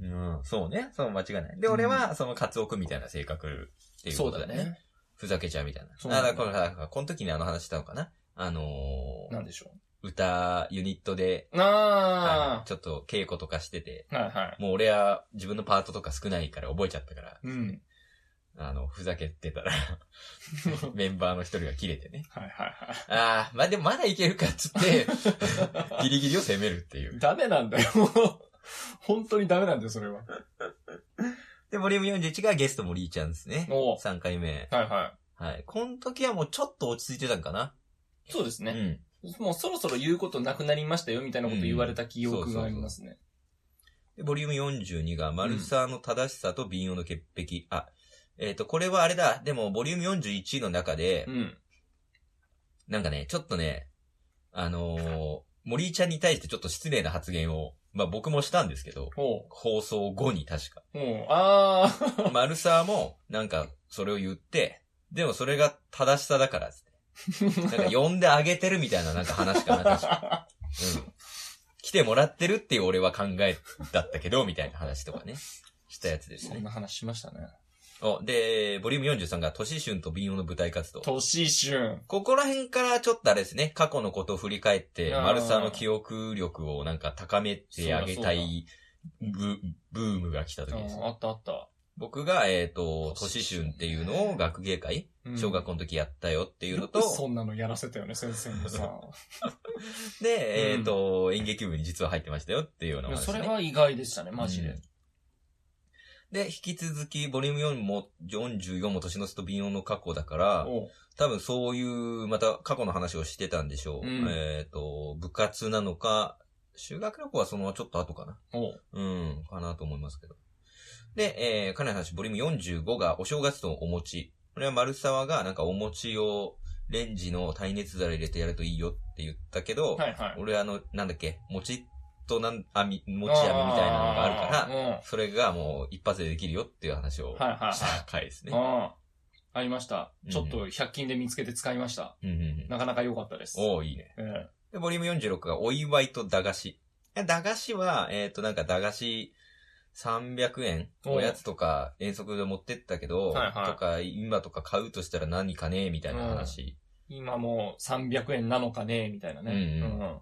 S1: うん、そうね。そう、間違いない。で、俺は、その、カツオくんみたいな性格っていう
S2: そ
S1: こ
S2: う
S1: と
S2: だ
S1: だね。
S2: ね。
S1: ふざけちゃうみたいな。
S2: そうなんだ
S1: あだからこの、この時にあの話したのかなあのー
S2: なんでしょ
S1: 歌、ユニットで、
S2: う。あ
S1: あのちょっと稽古とかしてて、
S2: あ。はいはい。
S1: もう俺は自分のパートとか少ないから覚えちゃったから、
S2: うん。
S1: [LAUGHS] あの、ふざけて [LAUGHS] たら、メンバーの一人が切れてね。
S2: はいはいは
S1: ああ、まあ、でもまだいけるかっつ [LAUGHS] って、ギ
S2: [LAUGHS]
S1: リギリを攻めるっていう
S2: い。。ダメなんだよ。本当にダメなんだよ、それは。
S1: で、ボリューム41がゲストもリーちゃんですね。
S2: お
S1: 3回目。
S2: はいは
S1: はい。この時はもうちょっと落ち着いてたんかな。
S2: い。そうです
S1: う
S2: ね。
S1: ん。
S2: もうそろそろ言うことなくなりましたよ、みたいなこと言われた記憶がありますね。
S1: でボリューム42が、マルサーの正しさと貧乏の潔癖。あ、えっ、と、これはあれだ。でも、ボリューム41の中で、
S2: うん。
S1: なんかね、ちょっとね、あのー、森井ちゃんに対してちょっと失礼な発言を、まあ僕もしたんですけど、
S2: ほ
S1: 放送後に確か。
S2: う。ほう。あー。
S1: マルサーも、なんか、それを言って、でもそれが正しさだからっつって、なんか呼んであげてるみたいななんか話かな、確か。うん。来てもらってるっていう俺は考えだったけど、みたいな話とかね。したやつです
S2: そ
S1: ね
S2: ん。な話しましたね。
S1: お、で、ボリューム43が、都市春と貧乏の舞台活動。
S2: とししゅん。
S1: ここら辺からちょっとあれですね、過去のことを振り返って、
S2: あー
S1: マルサーの記憶力をなんか高めてあげたいブブームが来た
S2: あ
S1: 時です。
S2: ーあったあった。
S1: 僕が、えっ、と、
S2: 都
S1: 都
S2: 市
S1: 市
S2: 春
S1: 春っていうのを学芸会、
S2: うん
S1: 小学校の時やったよっていうのと、
S2: よくそんなのやらせたよね、先生もさ。
S1: で、え
S2: う
S1: っ、
S2: ん
S1: と、演劇部に実は入ってましたよっていうようなお
S2: いや
S1: 話、
S2: そ
S1: ね。
S2: れは意外でしたね、マジ
S1: う
S2: で
S1: ん。で、引き続き、ボリューム4も、44も年の瀬と微妙の過去だから、
S2: おう
S1: 多分そういう、また過去の話をしてたんでしょう。
S2: うん
S1: えっ、と、部活なのか、修学旅行はそのちょっと後かな。
S2: おう
S1: うん、かなと思いますけど。で、えー、かなりの話、ボリューム45がお正月のお餅。これは丸沢がなんかお餅をレンジの耐熱皿入れてやるといいよって言ったけど、
S2: はいはい。
S1: 俺あの、なんだっけ、餅となん、網、餅網みたいなのがあるから、
S2: ら。
S1: それがもう一発でできるよっていう話を
S2: はいはいはい
S1: した回ですね。
S2: ああ。ありました
S1: う。ん
S2: ちょっと100均で見つけて使いました。
S1: うんうんうん
S2: なかなか良かったです。
S1: おーいいね。
S2: ええ
S1: で、ボリューム46がお祝いと駄菓子。いや駄菓子は、えっ、と、なんか駄菓子300円
S2: おう
S1: おやつとか遠足で持ってったけど、
S2: はいはい
S1: とか今とか買うとしたら何かねみたいな話。
S2: 今もう300円なのかねみたいなね。
S1: うんうん
S2: うん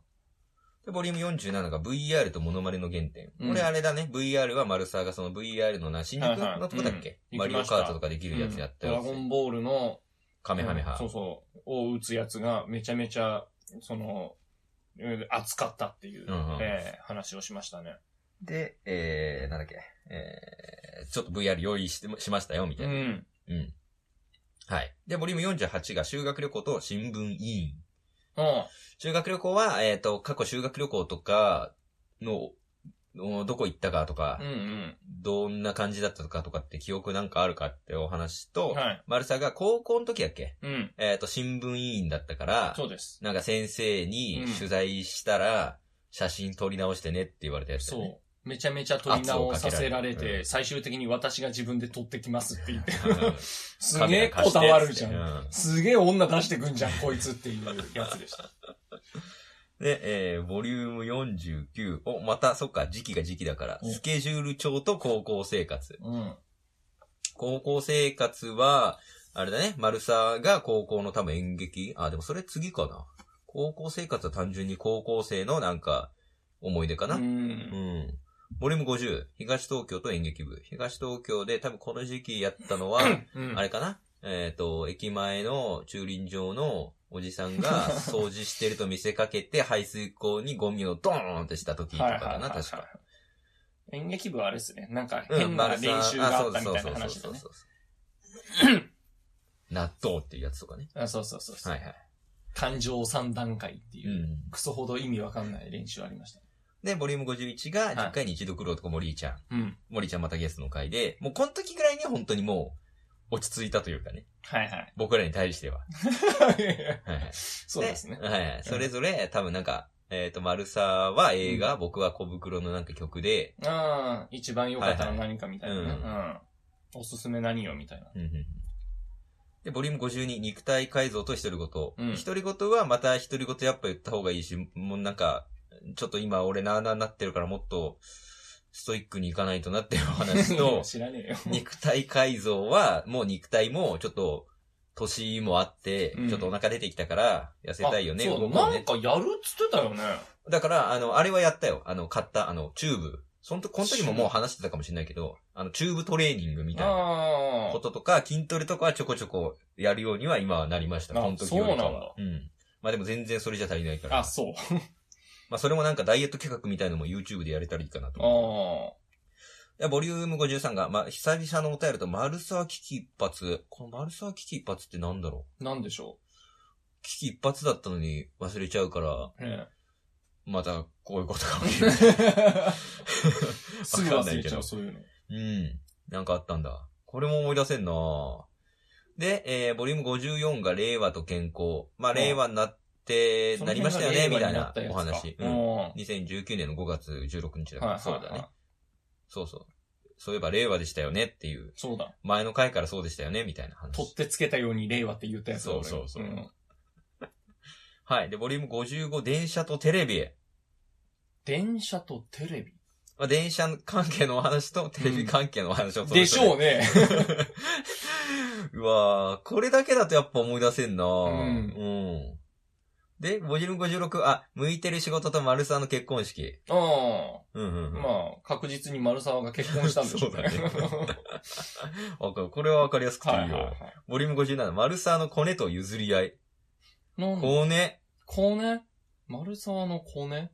S1: で、ボリューム47が VR とモノマネの原点。
S2: うん
S1: これあれだね、VR は丸沢がその VR のな、新宿のとこだっけ、
S2: はいはいうん
S1: マリオカートとかでき
S2: う
S1: る
S2: ん
S1: やつやった
S2: ド
S1: やつ。
S2: ラゴンボールの、
S1: カメハメハ。
S2: うんそうそう、を打つやつがめちゃめちゃ、その、うん熱かったっていう、
S1: うんうん
S2: ええ話をしましたね。
S1: で、えー、なんだっけ、えー、ちょっと VR 用意しても、しましたよ、みた
S2: う
S1: いな。
S2: ん。
S1: うん。はい。で、ボリューム48が修学旅行と新聞委員。
S2: うん。
S1: 修学旅行は、えっ、と、過去修学旅行とかの、のどこ行ったかとか、
S2: うんうん。
S1: どんな感じだったかとかって記憶なんかあるかってお話と、
S2: はい。
S1: マルサが高校の時だっけ
S2: うん。
S1: えっ、と、新聞委員だったから、
S2: そうです。
S1: なんか先生に取材したら、写真撮り直してねって言われたやつだよね、
S2: そう。めちゃめちゃ取り直させられ
S1: 圧をかけられ
S2: て、
S1: る
S2: 最終的に私が自分で取ってきますって言って。
S1: [LAUGHS] うん
S2: すげえこだわるじゃ
S1: カメラ
S2: ん。
S1: 貸してっつって
S2: すげえ女出してくんじゃん、こいつっていうやつでした。
S1: うんで、えー、ボリューム49。お、また、そっか、時期が時期だから。
S2: うん
S1: スケジュール帳と高校生活。
S2: うん。
S1: 高校生活は、あれだね、マルサが高校の多分演劇あ、でもそれ次かな。高校生活は単純に高校生のなんか、思い出かな。
S2: う
S1: うん。
S2: ん。
S1: ボリューム50、東東京と演劇部。東東京で多分この時期やった
S2: [LAUGHS]
S1: のは、
S2: うん
S1: あれかなえっ、と、駅前の駐輪場のおじさんが
S2: [LAUGHS]
S1: 掃除してると見せかけて排水溝にゴミをドーンってした時とか
S2: は
S1: か
S2: いはいはい
S1: な、
S2: はい
S1: 確か。
S2: 演劇部はあれですね。なんか
S1: うん、
S2: 変な
S1: 丸さん
S2: 練習があった
S1: あ
S2: み
S1: そう
S2: たい
S1: そうそ
S2: な
S1: う
S2: 話
S1: そ
S2: だ
S1: う
S2: ね
S1: そう。納豆っていうやつとかね。
S2: あそうそうそうそう。
S1: はいはい。
S2: 感情三段階っていうう、
S1: ん。
S2: クソほど意味わかんない練習ありました。
S1: で、ボリューム51が、10回に一度来る男、森井ちゃん。
S2: うん。
S1: 森井ちゃんまたゲストの回で、もうこの時ぐらいに本当にもう、落ち着いたというかね。
S2: は
S1: [LAUGHS]
S2: いはい。
S1: 僕らに対しては。はいはい
S2: そうですね。
S1: はいはい。それぞれ、多分なんか、えっ、と、丸沢は映画、僕は小袋のなんか曲で、
S2: ああ、一番良かったの何かみたいなね。
S1: はいはいう
S2: うん。おすすめ何よみたいな。
S1: うんうんうんで、ボリューム52、肉体改造と独り言。
S2: うん
S1: 独り言はまた独り言やっぱ言った方がいいし、もうなんか、ちょっと今俺なあなあになってるからもっと、ストイックにいかないとなっていう話と、
S2: [LAUGHS] 知らねえよ。
S1: 肉体改造は、もう肉体もちょっと、年もあって
S2: うん、
S1: ちょっとお腹出てきたから、痩せたいよね、
S2: あそう
S1: 動こ
S2: だ
S1: う
S2: なん
S1: ね。
S2: かやるっつってたよね。
S1: だから、あの、あれはやったよ。あの、買った、あの、チューブ。その時、この時ももう話してたかもしれないけど、あの、チューブトレーニングみたいな。
S2: ああ
S1: こ。ととか、筋トレとかはちょこちょこやるようには今はなりました。
S2: あ
S1: この時よりか
S2: そうなんだ
S1: は。うん。まあでも全然それじゃ足りないから。
S2: あ、そう。
S1: まあそれもなんかダイエット企画みたいのも YouTube でやれたらいいかなと思う。
S2: あ
S1: いや、ボリューム53が、まあ、久々のお便りと、丸沢危機一発。この丸沢危機一発ってなんだろう
S2: なんでしょ
S1: 危機一発だったのに忘れちゃうから、
S2: う。
S1: [LAUGHS]
S2: ね、
S1: また、こういうことが起
S2: [LAUGHS]
S1: きる。
S2: すぐ忘れちゃう、そういうの。
S1: うん。なんかあったんだ。これも思い出せんなぁで、えー、ボリューム54が令和と健康。まあ、
S2: うん
S1: 令和になって、なりましたよね、みたいなお話。
S2: う。
S1: うんん。
S2: は
S1: 2019年の5月16日だ
S2: い
S1: から、
S2: はい。
S1: そうだね。。そうそう。そういえば令和でしたよねっていう。
S2: そうだ。
S1: 前の回からそうでしたよね、みたいな話。
S2: 取ってつけたように令和って言ったやつだ俺
S1: そうそうそうんはい。で、ボリューム55、電車とテレビへ。
S2: 電車とテレビ。
S1: まあ、電車関係のお話とテレビ関係のお話を、
S2: でしょ
S1: う [LAUGHS]
S2: うね。
S1: うわぁ、これだけだとやっぱ思い出せんなぁ。
S2: うん
S1: うんで、ボリューム56、あ、向いてる仕事と丸さんの結婚式。
S2: う。
S1: うんうんうんん。
S2: まあ、確実に丸沢が結婚したんでしょうね。
S1: そうだわかるこれはわかりやすくていい
S2: [LAUGHS] は
S1: よ。
S2: いはいはい。
S1: ボリューム57、丸さんのコネと譲り合い。
S2: なんだ
S1: コネ、
S2: コネ丸沢のコネ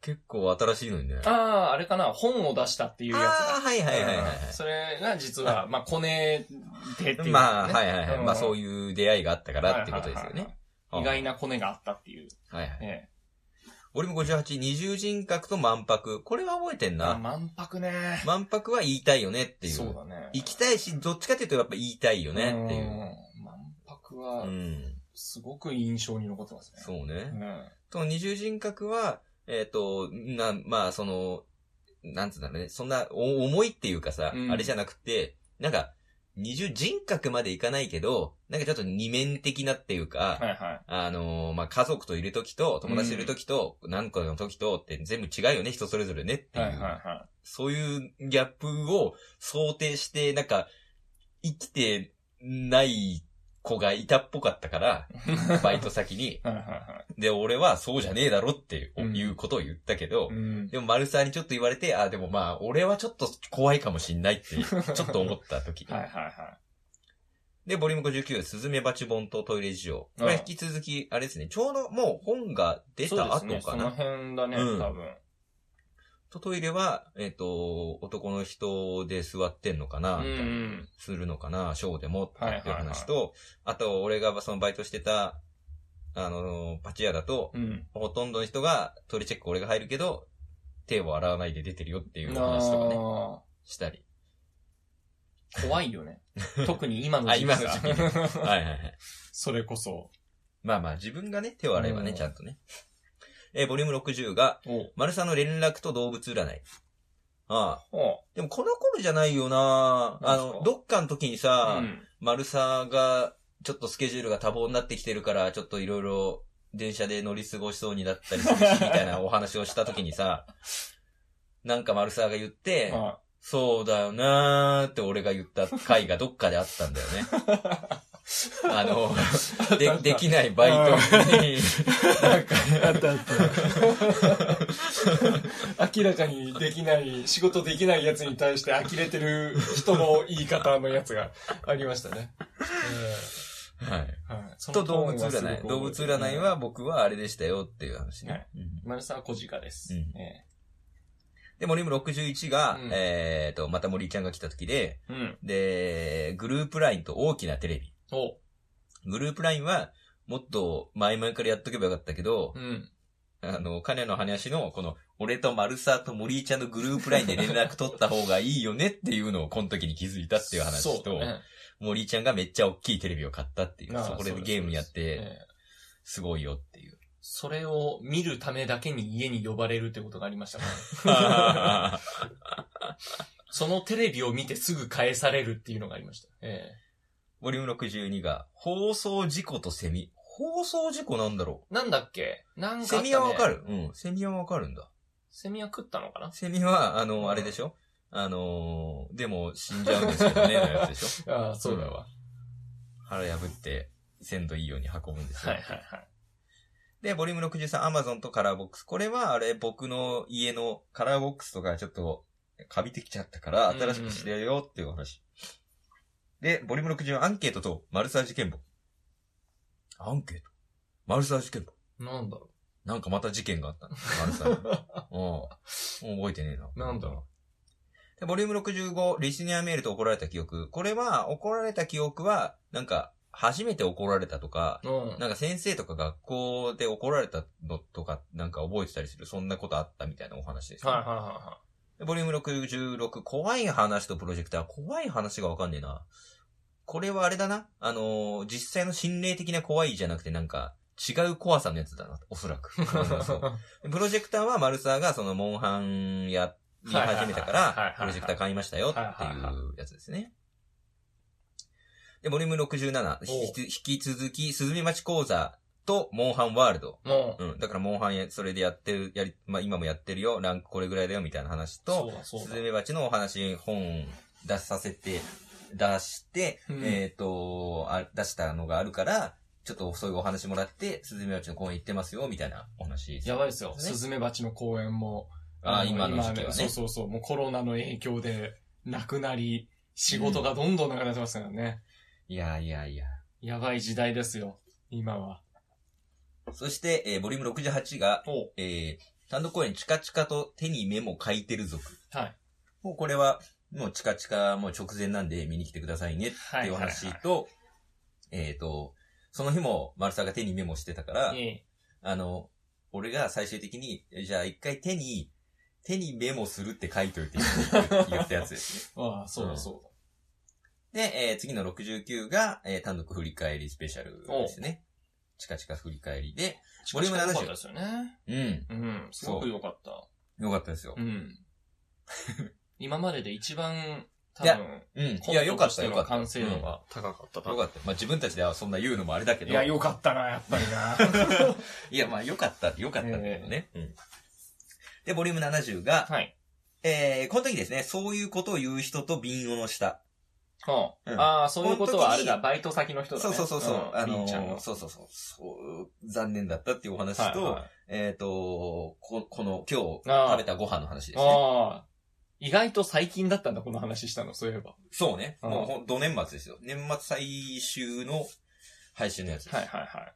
S1: 結構新しいのにね。
S2: ああ、あれかな本を出したっていうやつ
S1: あ
S2: だ。
S1: ーはいはいはいはい
S2: うんそれが実は、まあ、コネでって
S1: はいい。
S2: う。
S1: まあ、はいはいはい。
S2: うん
S1: まあそういう出会いがあったからってことですよ
S2: はいはい
S1: ね。
S2: はいはい。意外なコネがあったっていう。
S1: うん。はいはい。
S2: ね
S1: ボリューム58、二重人格と満泊。これは覚えてん
S2: あ、
S1: な。
S2: 満泊ね。
S1: 満泊は言いたいよねっていう。
S2: そうだね。
S1: 行きたいし、どっちかっていうとやっぱ言いたいよねっていう。
S2: うん。満泊
S1: う
S2: は、
S1: ん。
S2: すごく印象に残ってますね。
S1: そうね。
S2: ね。
S1: その二重人格は、えっ、と、な、まあその、なんつうんだろうね。そんな、お重いっていうかさ、
S2: うん
S1: あれじゃなくて、なんか、二重人格までいかないけど、なんかちょっと二面的なっていうか、
S2: はいは
S1: あのーまあ、家族といるときと、友達といるときと、何個のときとって全部違うよね、人それぞれねって
S2: い。
S1: いう。
S2: はいはいは
S1: そういうギャップを想定して、なんか、生きてない子がいたっぽかったから、バイト先に。
S2: い。はいはいは
S1: で、俺はそうじゃねえだろっていう,、
S2: うん
S1: ことを言ったけど、
S2: い。うん。
S1: でも丸沢にちょっと言われて、あ、でもまあ、俺はちょっと怖いかもしんないっ
S2: [LAUGHS]
S1: て、ちょっと思った時。
S2: はいはいは
S1: で、ボリューム59、スズメバチ本とトイレ事情。こ
S2: うん
S1: れ引き続き、あれですね、ちょうどもう本が出
S2: い。そう
S1: た
S2: で
S1: 後
S2: すね。
S1: か
S2: そ
S1: な。
S2: の辺だね、
S1: うん
S2: 多分。
S1: とトイレは、えっ、と、男の人で座ってんのかな、
S2: うん
S1: みたいな
S2: うん。
S1: するのかな、ショーでもって
S2: はいはいはい
S1: いう話と、あと、俺がそのバイトしてた、あの、パチ屋だと、
S2: うん。
S1: ほとんどの人がトイレチェック俺が入るけど、手を洗わないで出てるよっていう
S2: あ
S1: 話とかね、
S2: ー
S1: したり。
S2: 怖いよ
S1: [LAUGHS]
S2: ね。特に今の
S1: あ、
S2: 時期
S1: 今の時
S2: さ
S1: 期、ね。はいはいはい。
S2: [LAUGHS] それこそ。
S1: まあまあ、自分がね、手を洗えばね、
S2: うん
S1: ちゃんとね。えーボリューム60が、
S2: お
S1: 丸さんの連絡と動物占い。ああ、
S2: お
S1: でもこの頃じゃないよな
S2: な
S1: あ
S2: んすか
S1: の、どっかの時にさ、
S2: うん
S1: 丸さが、ちょっとスケジュールが多忙になってきてるから、ちょっといろいろ電車で乗り過ごしそうになったりするし、みたいなお話をした時に
S2: [LAUGHS]
S1: さ、なんか丸沢が言って、
S2: は
S1: そうだよなーって俺が言った回がどっかであったんだよ
S2: [LAUGHS]
S1: ね。あの、で、できないバイトに、なんか、
S2: い。あったあった。明らかにできない、仕事できないやつに対して呆れてる人の言い方のやつがありましたね。 [LAUGHS]
S1: はい。
S2: うんはいそ
S1: と
S2: のト
S1: 動
S2: ー
S1: 物
S2: ンはすごく覚え
S1: 占
S2: て
S1: い。
S2: る
S1: 動物占いは僕はあれでしたよっていう話ね。
S2: はい
S1: うん
S2: 丸さんは小鹿です。
S1: うん
S2: え
S1: で、森村61が、
S2: うん
S1: えっと、また森ちゃんが来た時で、
S2: えうん。
S1: で、グループラインと大きなテレビ。
S2: お
S1: グループラインは、もっと前々からやっとけばよかったけど
S2: う、ん。
S1: あの、金の話の、この、俺と丸沢と森ちゃんのグループラインで連絡取った方がいいよねっていうのを、この時に気づいたっていう話
S2: そう
S1: と、
S2: ね
S1: 森ちゃんがめっちゃ大きいテレビを買ったっていう、
S2: ああ
S1: そこで
S2: そうです
S1: ゲームやっ
S2: え
S1: て、
S2: え
S1: すごいよっていう。
S2: それを見るためだけに家に呼ばれるってことがありましたから、ね、
S1: あ
S2: そのテレビを見てすぐ返されるっていうのがありました。え
S1: [LAUGHS] ボリューム62が、放送事故とセミ。放送事故なんだろ
S2: えなんだっけなんかあ
S1: うセ
S2: った、ね、
S1: ミはわかるうん。セミはわかるんだ。
S2: セミは食ったのかな
S1: セミは、あ
S2: うん
S1: の、あれでしょあのー、でも死んじゃうんですけどね、のやつでしょ
S2: ああ、そうだわ。 [LAUGHS]
S1: 腹破って、鮮度いいように運ぶんですよ。
S2: はいはいはい。
S1: で、ボリューム63、アマゾンとカラーボックス。これは、あれ、僕の家のカラーボックスとかちょっと、カビてきちゃったから、
S2: うんうん
S1: 新しくしてやるよっていう話。で、ボリューム64、アンケートと、マルサー事件簿。アンケートマルサー事件簿。
S2: なんだろ
S1: なんかまた事件があったの。マルサー。うん。もう覚えてねえな。
S2: なんだろ
S1: でボリューム65、リスニアメールと怒られた記憶。これは、怒られた記憶は、なんか、初めて怒られたとか、
S2: うん。
S1: なんか先生とか学校で怒られたのとか、なんか覚えてたりする。そんなことあったみたいなお話です、
S2: はいはいは
S1: でボリューム66、怖い話とプロジェクター。怖い話がわかんねえな。これはあれだな。あのー実際の心霊的な怖いじゃなくて、なんか、違う怖さのやつだな、おそらく。
S2: いは
S1: プロジェクターはマルサーがそのモンハンやり始めたか
S2: はいはいはいはい
S1: ら、プロジェクター買いましたよっていうやつですね。で、ボリューム67、
S2: おう
S1: 引き引き続き、鈴見町講座とモンハンワールド。
S2: い。もう。
S1: うん。だから、モンハンや、それでやってる、やり、まあ、今もやってるよ、ランクこれぐらいだよ、みたいな話
S2: そ
S1: と、
S2: うだそう
S1: ス
S2: だ
S1: ズ。メバチのお話、本、出させて、出して、
S2: うん
S1: えっ、とあ、出したのがあるから、ちょっとそういうお話もらって、スズメバチの公園行ってますよ、みたいなお話。
S2: やばいですよ。
S1: ね
S2: スズメバチの公演も。
S1: ああ、
S2: の
S1: 今の時期は
S2: そう
S1: ね。
S2: そうそう。もうコロナの影響で、なくなり、仕事がどんどんなくなってますからね。
S1: いやいやいや。
S2: やばい時代ですよ。今は。
S1: そして、えーボリューム68が、
S2: お
S1: えー、単独公演チカチカと手にメモ書いてる族。
S2: はい。
S1: もうこれは、もうチカチカもう直前なんで見に来てくださいねっ
S2: は
S1: て
S2: い。
S1: いう話と、えっ、と、その日も丸さんが手にメモしてたから、
S2: え
S1: あの、俺が最終的に、えじゃあ一回手に、手にメモするって書いといて言う言ったやつ [LAUGHS] ですね。
S2: ああ、そうだそう
S1: で、えー次の69が、えー単独振り返りスペシャルですね。チカチカ振り返りで、
S2: だ。
S1: ボリューム70
S2: 良かったですよね。
S1: うん、
S2: うん。すごく良かった。
S1: よかったですよ
S2: う。 [LAUGHS] ん。今までで一番、多
S1: いや
S2: 分、
S1: うん。い
S2: コント
S1: や、よかった
S2: として
S1: よ
S2: の
S1: かった。
S2: 完成
S1: うん
S2: 度
S1: よ
S2: が高かったと。
S1: かった。まあ自分たちではそんな言うのもあれだけど。
S2: いや、良かったな、やっぱりな。
S1: いや、まあ、よかった、よかったんだけどね。うん。で、ボリューム70が、
S2: [LAUGHS] はい。
S1: えー、この時ですね、そういうことを言う人と瓶をのした。
S2: ほう
S1: うん
S2: ああ、そういうことはあれ
S1: この時
S2: だ。
S1: に
S2: バイト先の人だ
S1: そ
S2: ね。
S1: うそうそうそう、あ
S2: り
S1: の
S2: んちゃんの。
S1: そうそうそうそう、残念だったっていうお話と、
S2: はいはい
S1: えっ、とこ、この、今日
S2: あー
S1: 食べたご飯の話ですね。
S2: ああ。意外と最近だったんだ、この話したの、そういえば。
S1: そうね、
S2: うん
S1: もうほん、ど年末ですよ。年末最終の配信のやつです。
S2: はいはいは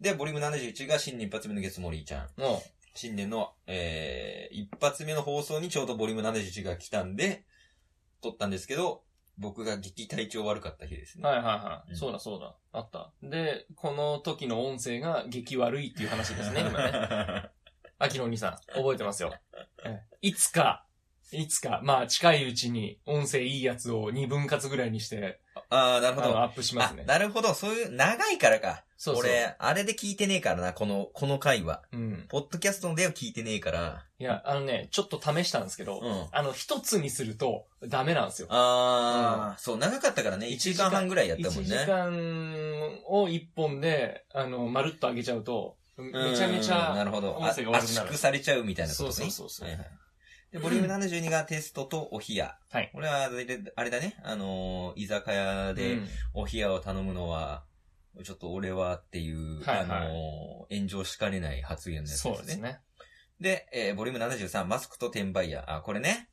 S1: で、ボリューム71が新年一発目の月森ちゃん。
S2: い。も
S1: 新年の、えー、一発目の放送にちょうどボリューム71が来たんで、撮ったんですけど、僕が激体調悪かった日です
S2: う、
S1: ね。
S2: はいはいはい。
S1: うん
S2: そうだそうだ。あった。で、この時の音声が激悪いっていう話
S1: [LAUGHS]
S2: ですね、 [LAUGHS] 今ね。秋のお兄さん、覚えてますよ。えいつか、いつか、まあ近いうちに音声いいやつを2分割ぐらいにして、
S1: ああ、なる
S2: あ
S1: ほど。
S2: の、
S1: あ、
S2: アップしますね。
S1: なるほど。そういう、長いからか。
S2: そうそう。
S1: 俺、あれで聞いてねえからな、この、この回は。
S2: うん。
S1: ポッドキャストでは聞いてねえから。
S2: いや、あのね、ちょっと試したんですけど、
S1: うん。
S2: あの、一つにするとダメなんですよ。
S1: ああ、そう、長かったからね。1
S2: 一時
S1: 時
S2: 間
S1: 間半ぐらいやったも
S2: 1
S1: ん
S2: 時
S1: ね。
S2: 間を1本で、あの、まるっと上げちゃうと、めちゃめち
S1: うんな
S2: ゃ、
S1: るほど。あ
S2: 音
S1: 圧
S2: 声が悪くなる
S1: 縮されちゃうみたいなこと
S2: そ
S1: ね。
S2: うそうそうそう
S1: はいはいで、ボリューム72がテストとお冷や。
S2: はい
S1: これはあれで、あれだね。あのー居酒屋
S2: う
S1: で
S2: ん
S1: お冷やを頼むのは、ちょっと俺はっていう、
S2: はいはい
S1: あのー炎上しかねない発言のやつですね。
S2: そうですね。
S1: で、えーボリューム73、マスクと転売ヤー。あ、これね。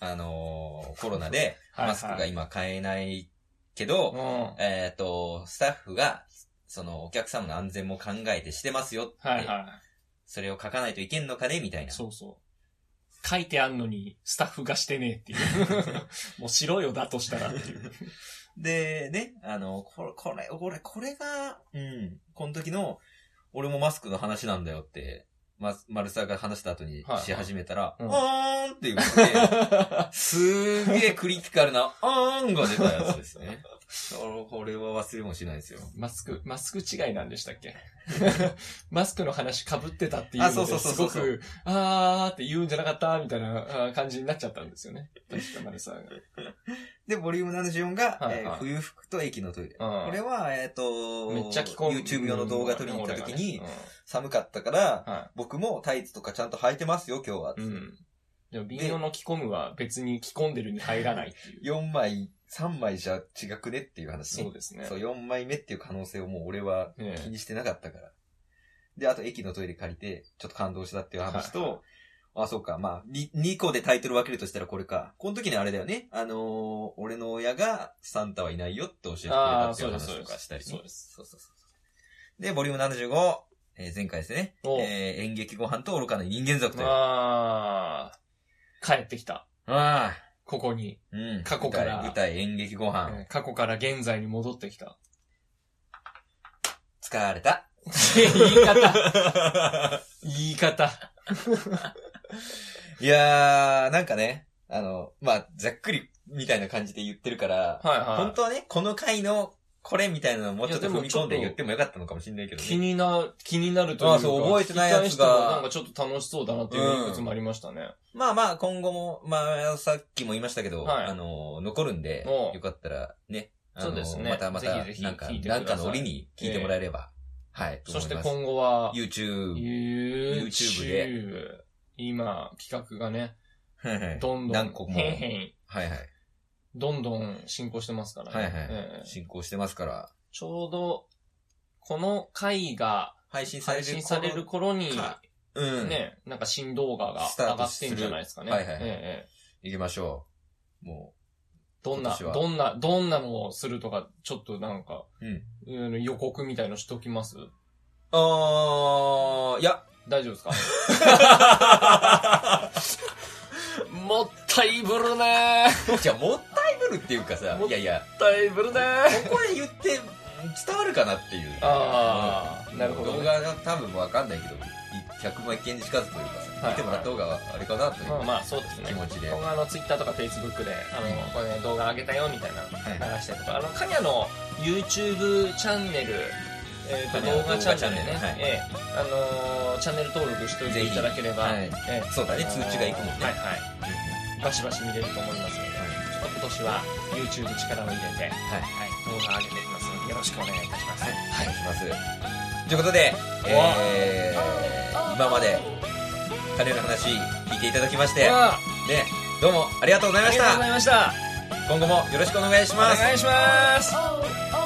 S1: あのーコロナで、
S2: はいはい
S1: マスクが今買えないけど、
S2: うん。は
S1: えっ、と、スタッフが、その、お客様の安全も考えてしてますよって、
S2: いは
S1: それを書かないといけんのかねみたい
S2: い。
S1: な。
S2: そうそう。書いてあんのに、スタッフがしてねえっ
S1: [LAUGHS]
S2: ていう。もうしろよだとしたらっていう。
S1: で、ね、あの、これ、これ、俺、これが、うん、この時の、俺もマスクの話なんだよって、ま、丸沢が話した後にし始めたら、
S2: はいうん
S1: あーんって言って、すーげークリティカルな、あーんが出たやつですね。俺これは忘れもしないですよ。
S2: マスク、マスク違いなんでしたっけ [LAUGHS] マスクの話被ってたっていう
S1: あそ
S2: の
S1: うそ
S2: で、
S1: うそう
S2: す
S1: そ
S2: ご
S1: うそう
S2: く、あーって言うんじゃなかったみたいなあー感じになっちゃったんですよね。確か、マルさんが。
S1: で、ボリューム74が、
S2: はいはい
S1: えー冬服と駅のトイレ。
S2: うん
S1: これは、えっ、と、
S2: めっちゃ聞こえ
S1: YouTube 用の動画撮りに行った時に、
S2: うん
S1: 寒かったから、
S2: は
S1: 僕もタイツとかちゃんと履いてますよ、今日は。
S2: い。うん。でも、ビンゴの着込むは別に着込んでるに入らないっていう。
S1: 4枚、3枚じゃ違くねっていう話ね
S2: そうですね。
S1: そう、4枚目っていう可能性をもう俺は
S2: ね
S1: 気にしてなかったから。で、あと駅のトイレ借りて、ちょっと感動したっていう話
S2: はいは
S1: と、あ、そうか、まあ、に2個でタイトル分けるとしたらこれか。この時にあれだよね。あのー俺の親がサンタはいないよって教えてくれた
S2: ああ、
S1: ってい
S2: そううです、
S1: 話
S2: そう
S1: と
S2: で
S1: か
S2: す
S1: したり。ね。
S2: そうです。
S1: そうそうそう。で、ボリューム75、えー前回ですね。
S2: お
S1: えー演劇ご飯と愚かな人間族という。あ
S2: ああ、帰ってきた。
S1: あ、
S2: ここに。
S1: うん。
S2: 過去から
S1: 舞台、舞台演劇ご飯。
S2: えー過去から現在に戻ってきた。
S1: [LAUGHS] 疲れた。
S2: 言い方。言い方。
S1: [LAUGHS] いやー、なんかね、あの、まあ、ざっくりみたいな感じで言ってるから、
S2: はい
S1: 本
S2: は
S1: 当はね、この回のこれみたいなのをもうちょっと
S2: いやで
S1: 踏
S2: も
S1: み
S2: ちょっ
S1: 込
S2: と
S1: んで言ってもよかったのかもしれないけ
S2: い。
S1: ど
S2: 気
S1: ね。
S2: にな、気になるというか。
S1: あそう覚えてないやつが
S2: 聞き返してもなんかちょっと楽しそうだなっていう
S1: うん
S2: いくつもありましたね。
S1: まあまあ、今後も、まあ、さっきも言いましたけど、
S2: はい
S1: あの、残るんで、
S2: おう
S1: よかったらね、あの
S2: そうですね
S1: またまた、
S2: ぜひぜひ
S1: なんか、
S2: 聞いてくだ
S1: な
S2: さ
S1: ん
S2: い
S1: かの折に聞いてもらえれば、はい、と
S2: そ
S1: 思
S2: し
S1: い
S2: て
S1: ます。
S2: 今後は、
S1: YouTube。
S2: YouTube
S1: YouTube で
S2: 今、企画がね、
S1: はいはい
S2: どんどん、
S1: 何個も
S2: 変変
S1: はいはい。
S2: どんどん進行してますから
S1: は
S2: ね。
S1: いはい
S2: ええ
S1: 進行してますから、
S2: ちょうど、この回が
S1: 配信される
S2: 配
S1: 頃。
S2: 信される頃に、
S1: かうん。
S2: ね、なんか新動画が
S1: スタ
S2: 上
S1: ー
S2: が
S1: ト
S2: っ
S1: す
S2: て
S1: る
S2: んじゃないですかね。
S1: はいはいはい
S2: ええ
S1: 行きましょう。も
S2: どんな、
S1: 今年は
S2: どんな、どんなのをするとか、ちょっとなんか、
S1: うん
S2: うん予告みたいのしときます
S1: う。あー、い
S2: [LAUGHS]
S1: や。
S2: 大丈夫ですかもったいぶるね
S1: じゃあ、もったいぶるっていうかさ、
S2: もっ
S1: いやいや、
S2: もったいぶるね
S1: ここで言って伝わるかなっていう。
S2: あー
S1: う
S2: なるほどね
S1: 動画が多分わかんないけど、100万件に近づくというかさ、
S2: はい
S1: 見てもらった方があれかなという
S2: まあまあ、そうです
S1: 気
S2: ね。
S1: 持ちで。
S2: 今後あの、ツイッターとかフェイスブックで、あの、これ、ね、動画上げたよみたいなの
S1: はい
S2: 流したりとか、あの、カニャの YouTube チャンネル、えっ、
S1: カ
S2: と、
S1: ニャの
S2: 動画チャンネルね、
S1: 動画チャンネルはい
S2: ええあのーチャンネル登録しておいていただければ、
S1: はい
S2: ええ
S1: そうだね、通知がいくもんね。
S2: はいはい。バシバシ見れると思いますので、ちょっと今年は YouTube に力を入れて、
S1: はい。
S2: はい、動画上げていきますので、よろしくお願いいたします。
S1: はい、お願いします。ということで、えー、今まで、彼の話聞いていただきまして、ね、
S2: わあ
S1: どうもありがとうございま
S2: あ
S1: し
S2: りがとうご
S1: た。
S2: ざいました。
S1: 今後もよろしくお願いし
S2: お
S1: ます。
S2: 願いします。
S3: oh,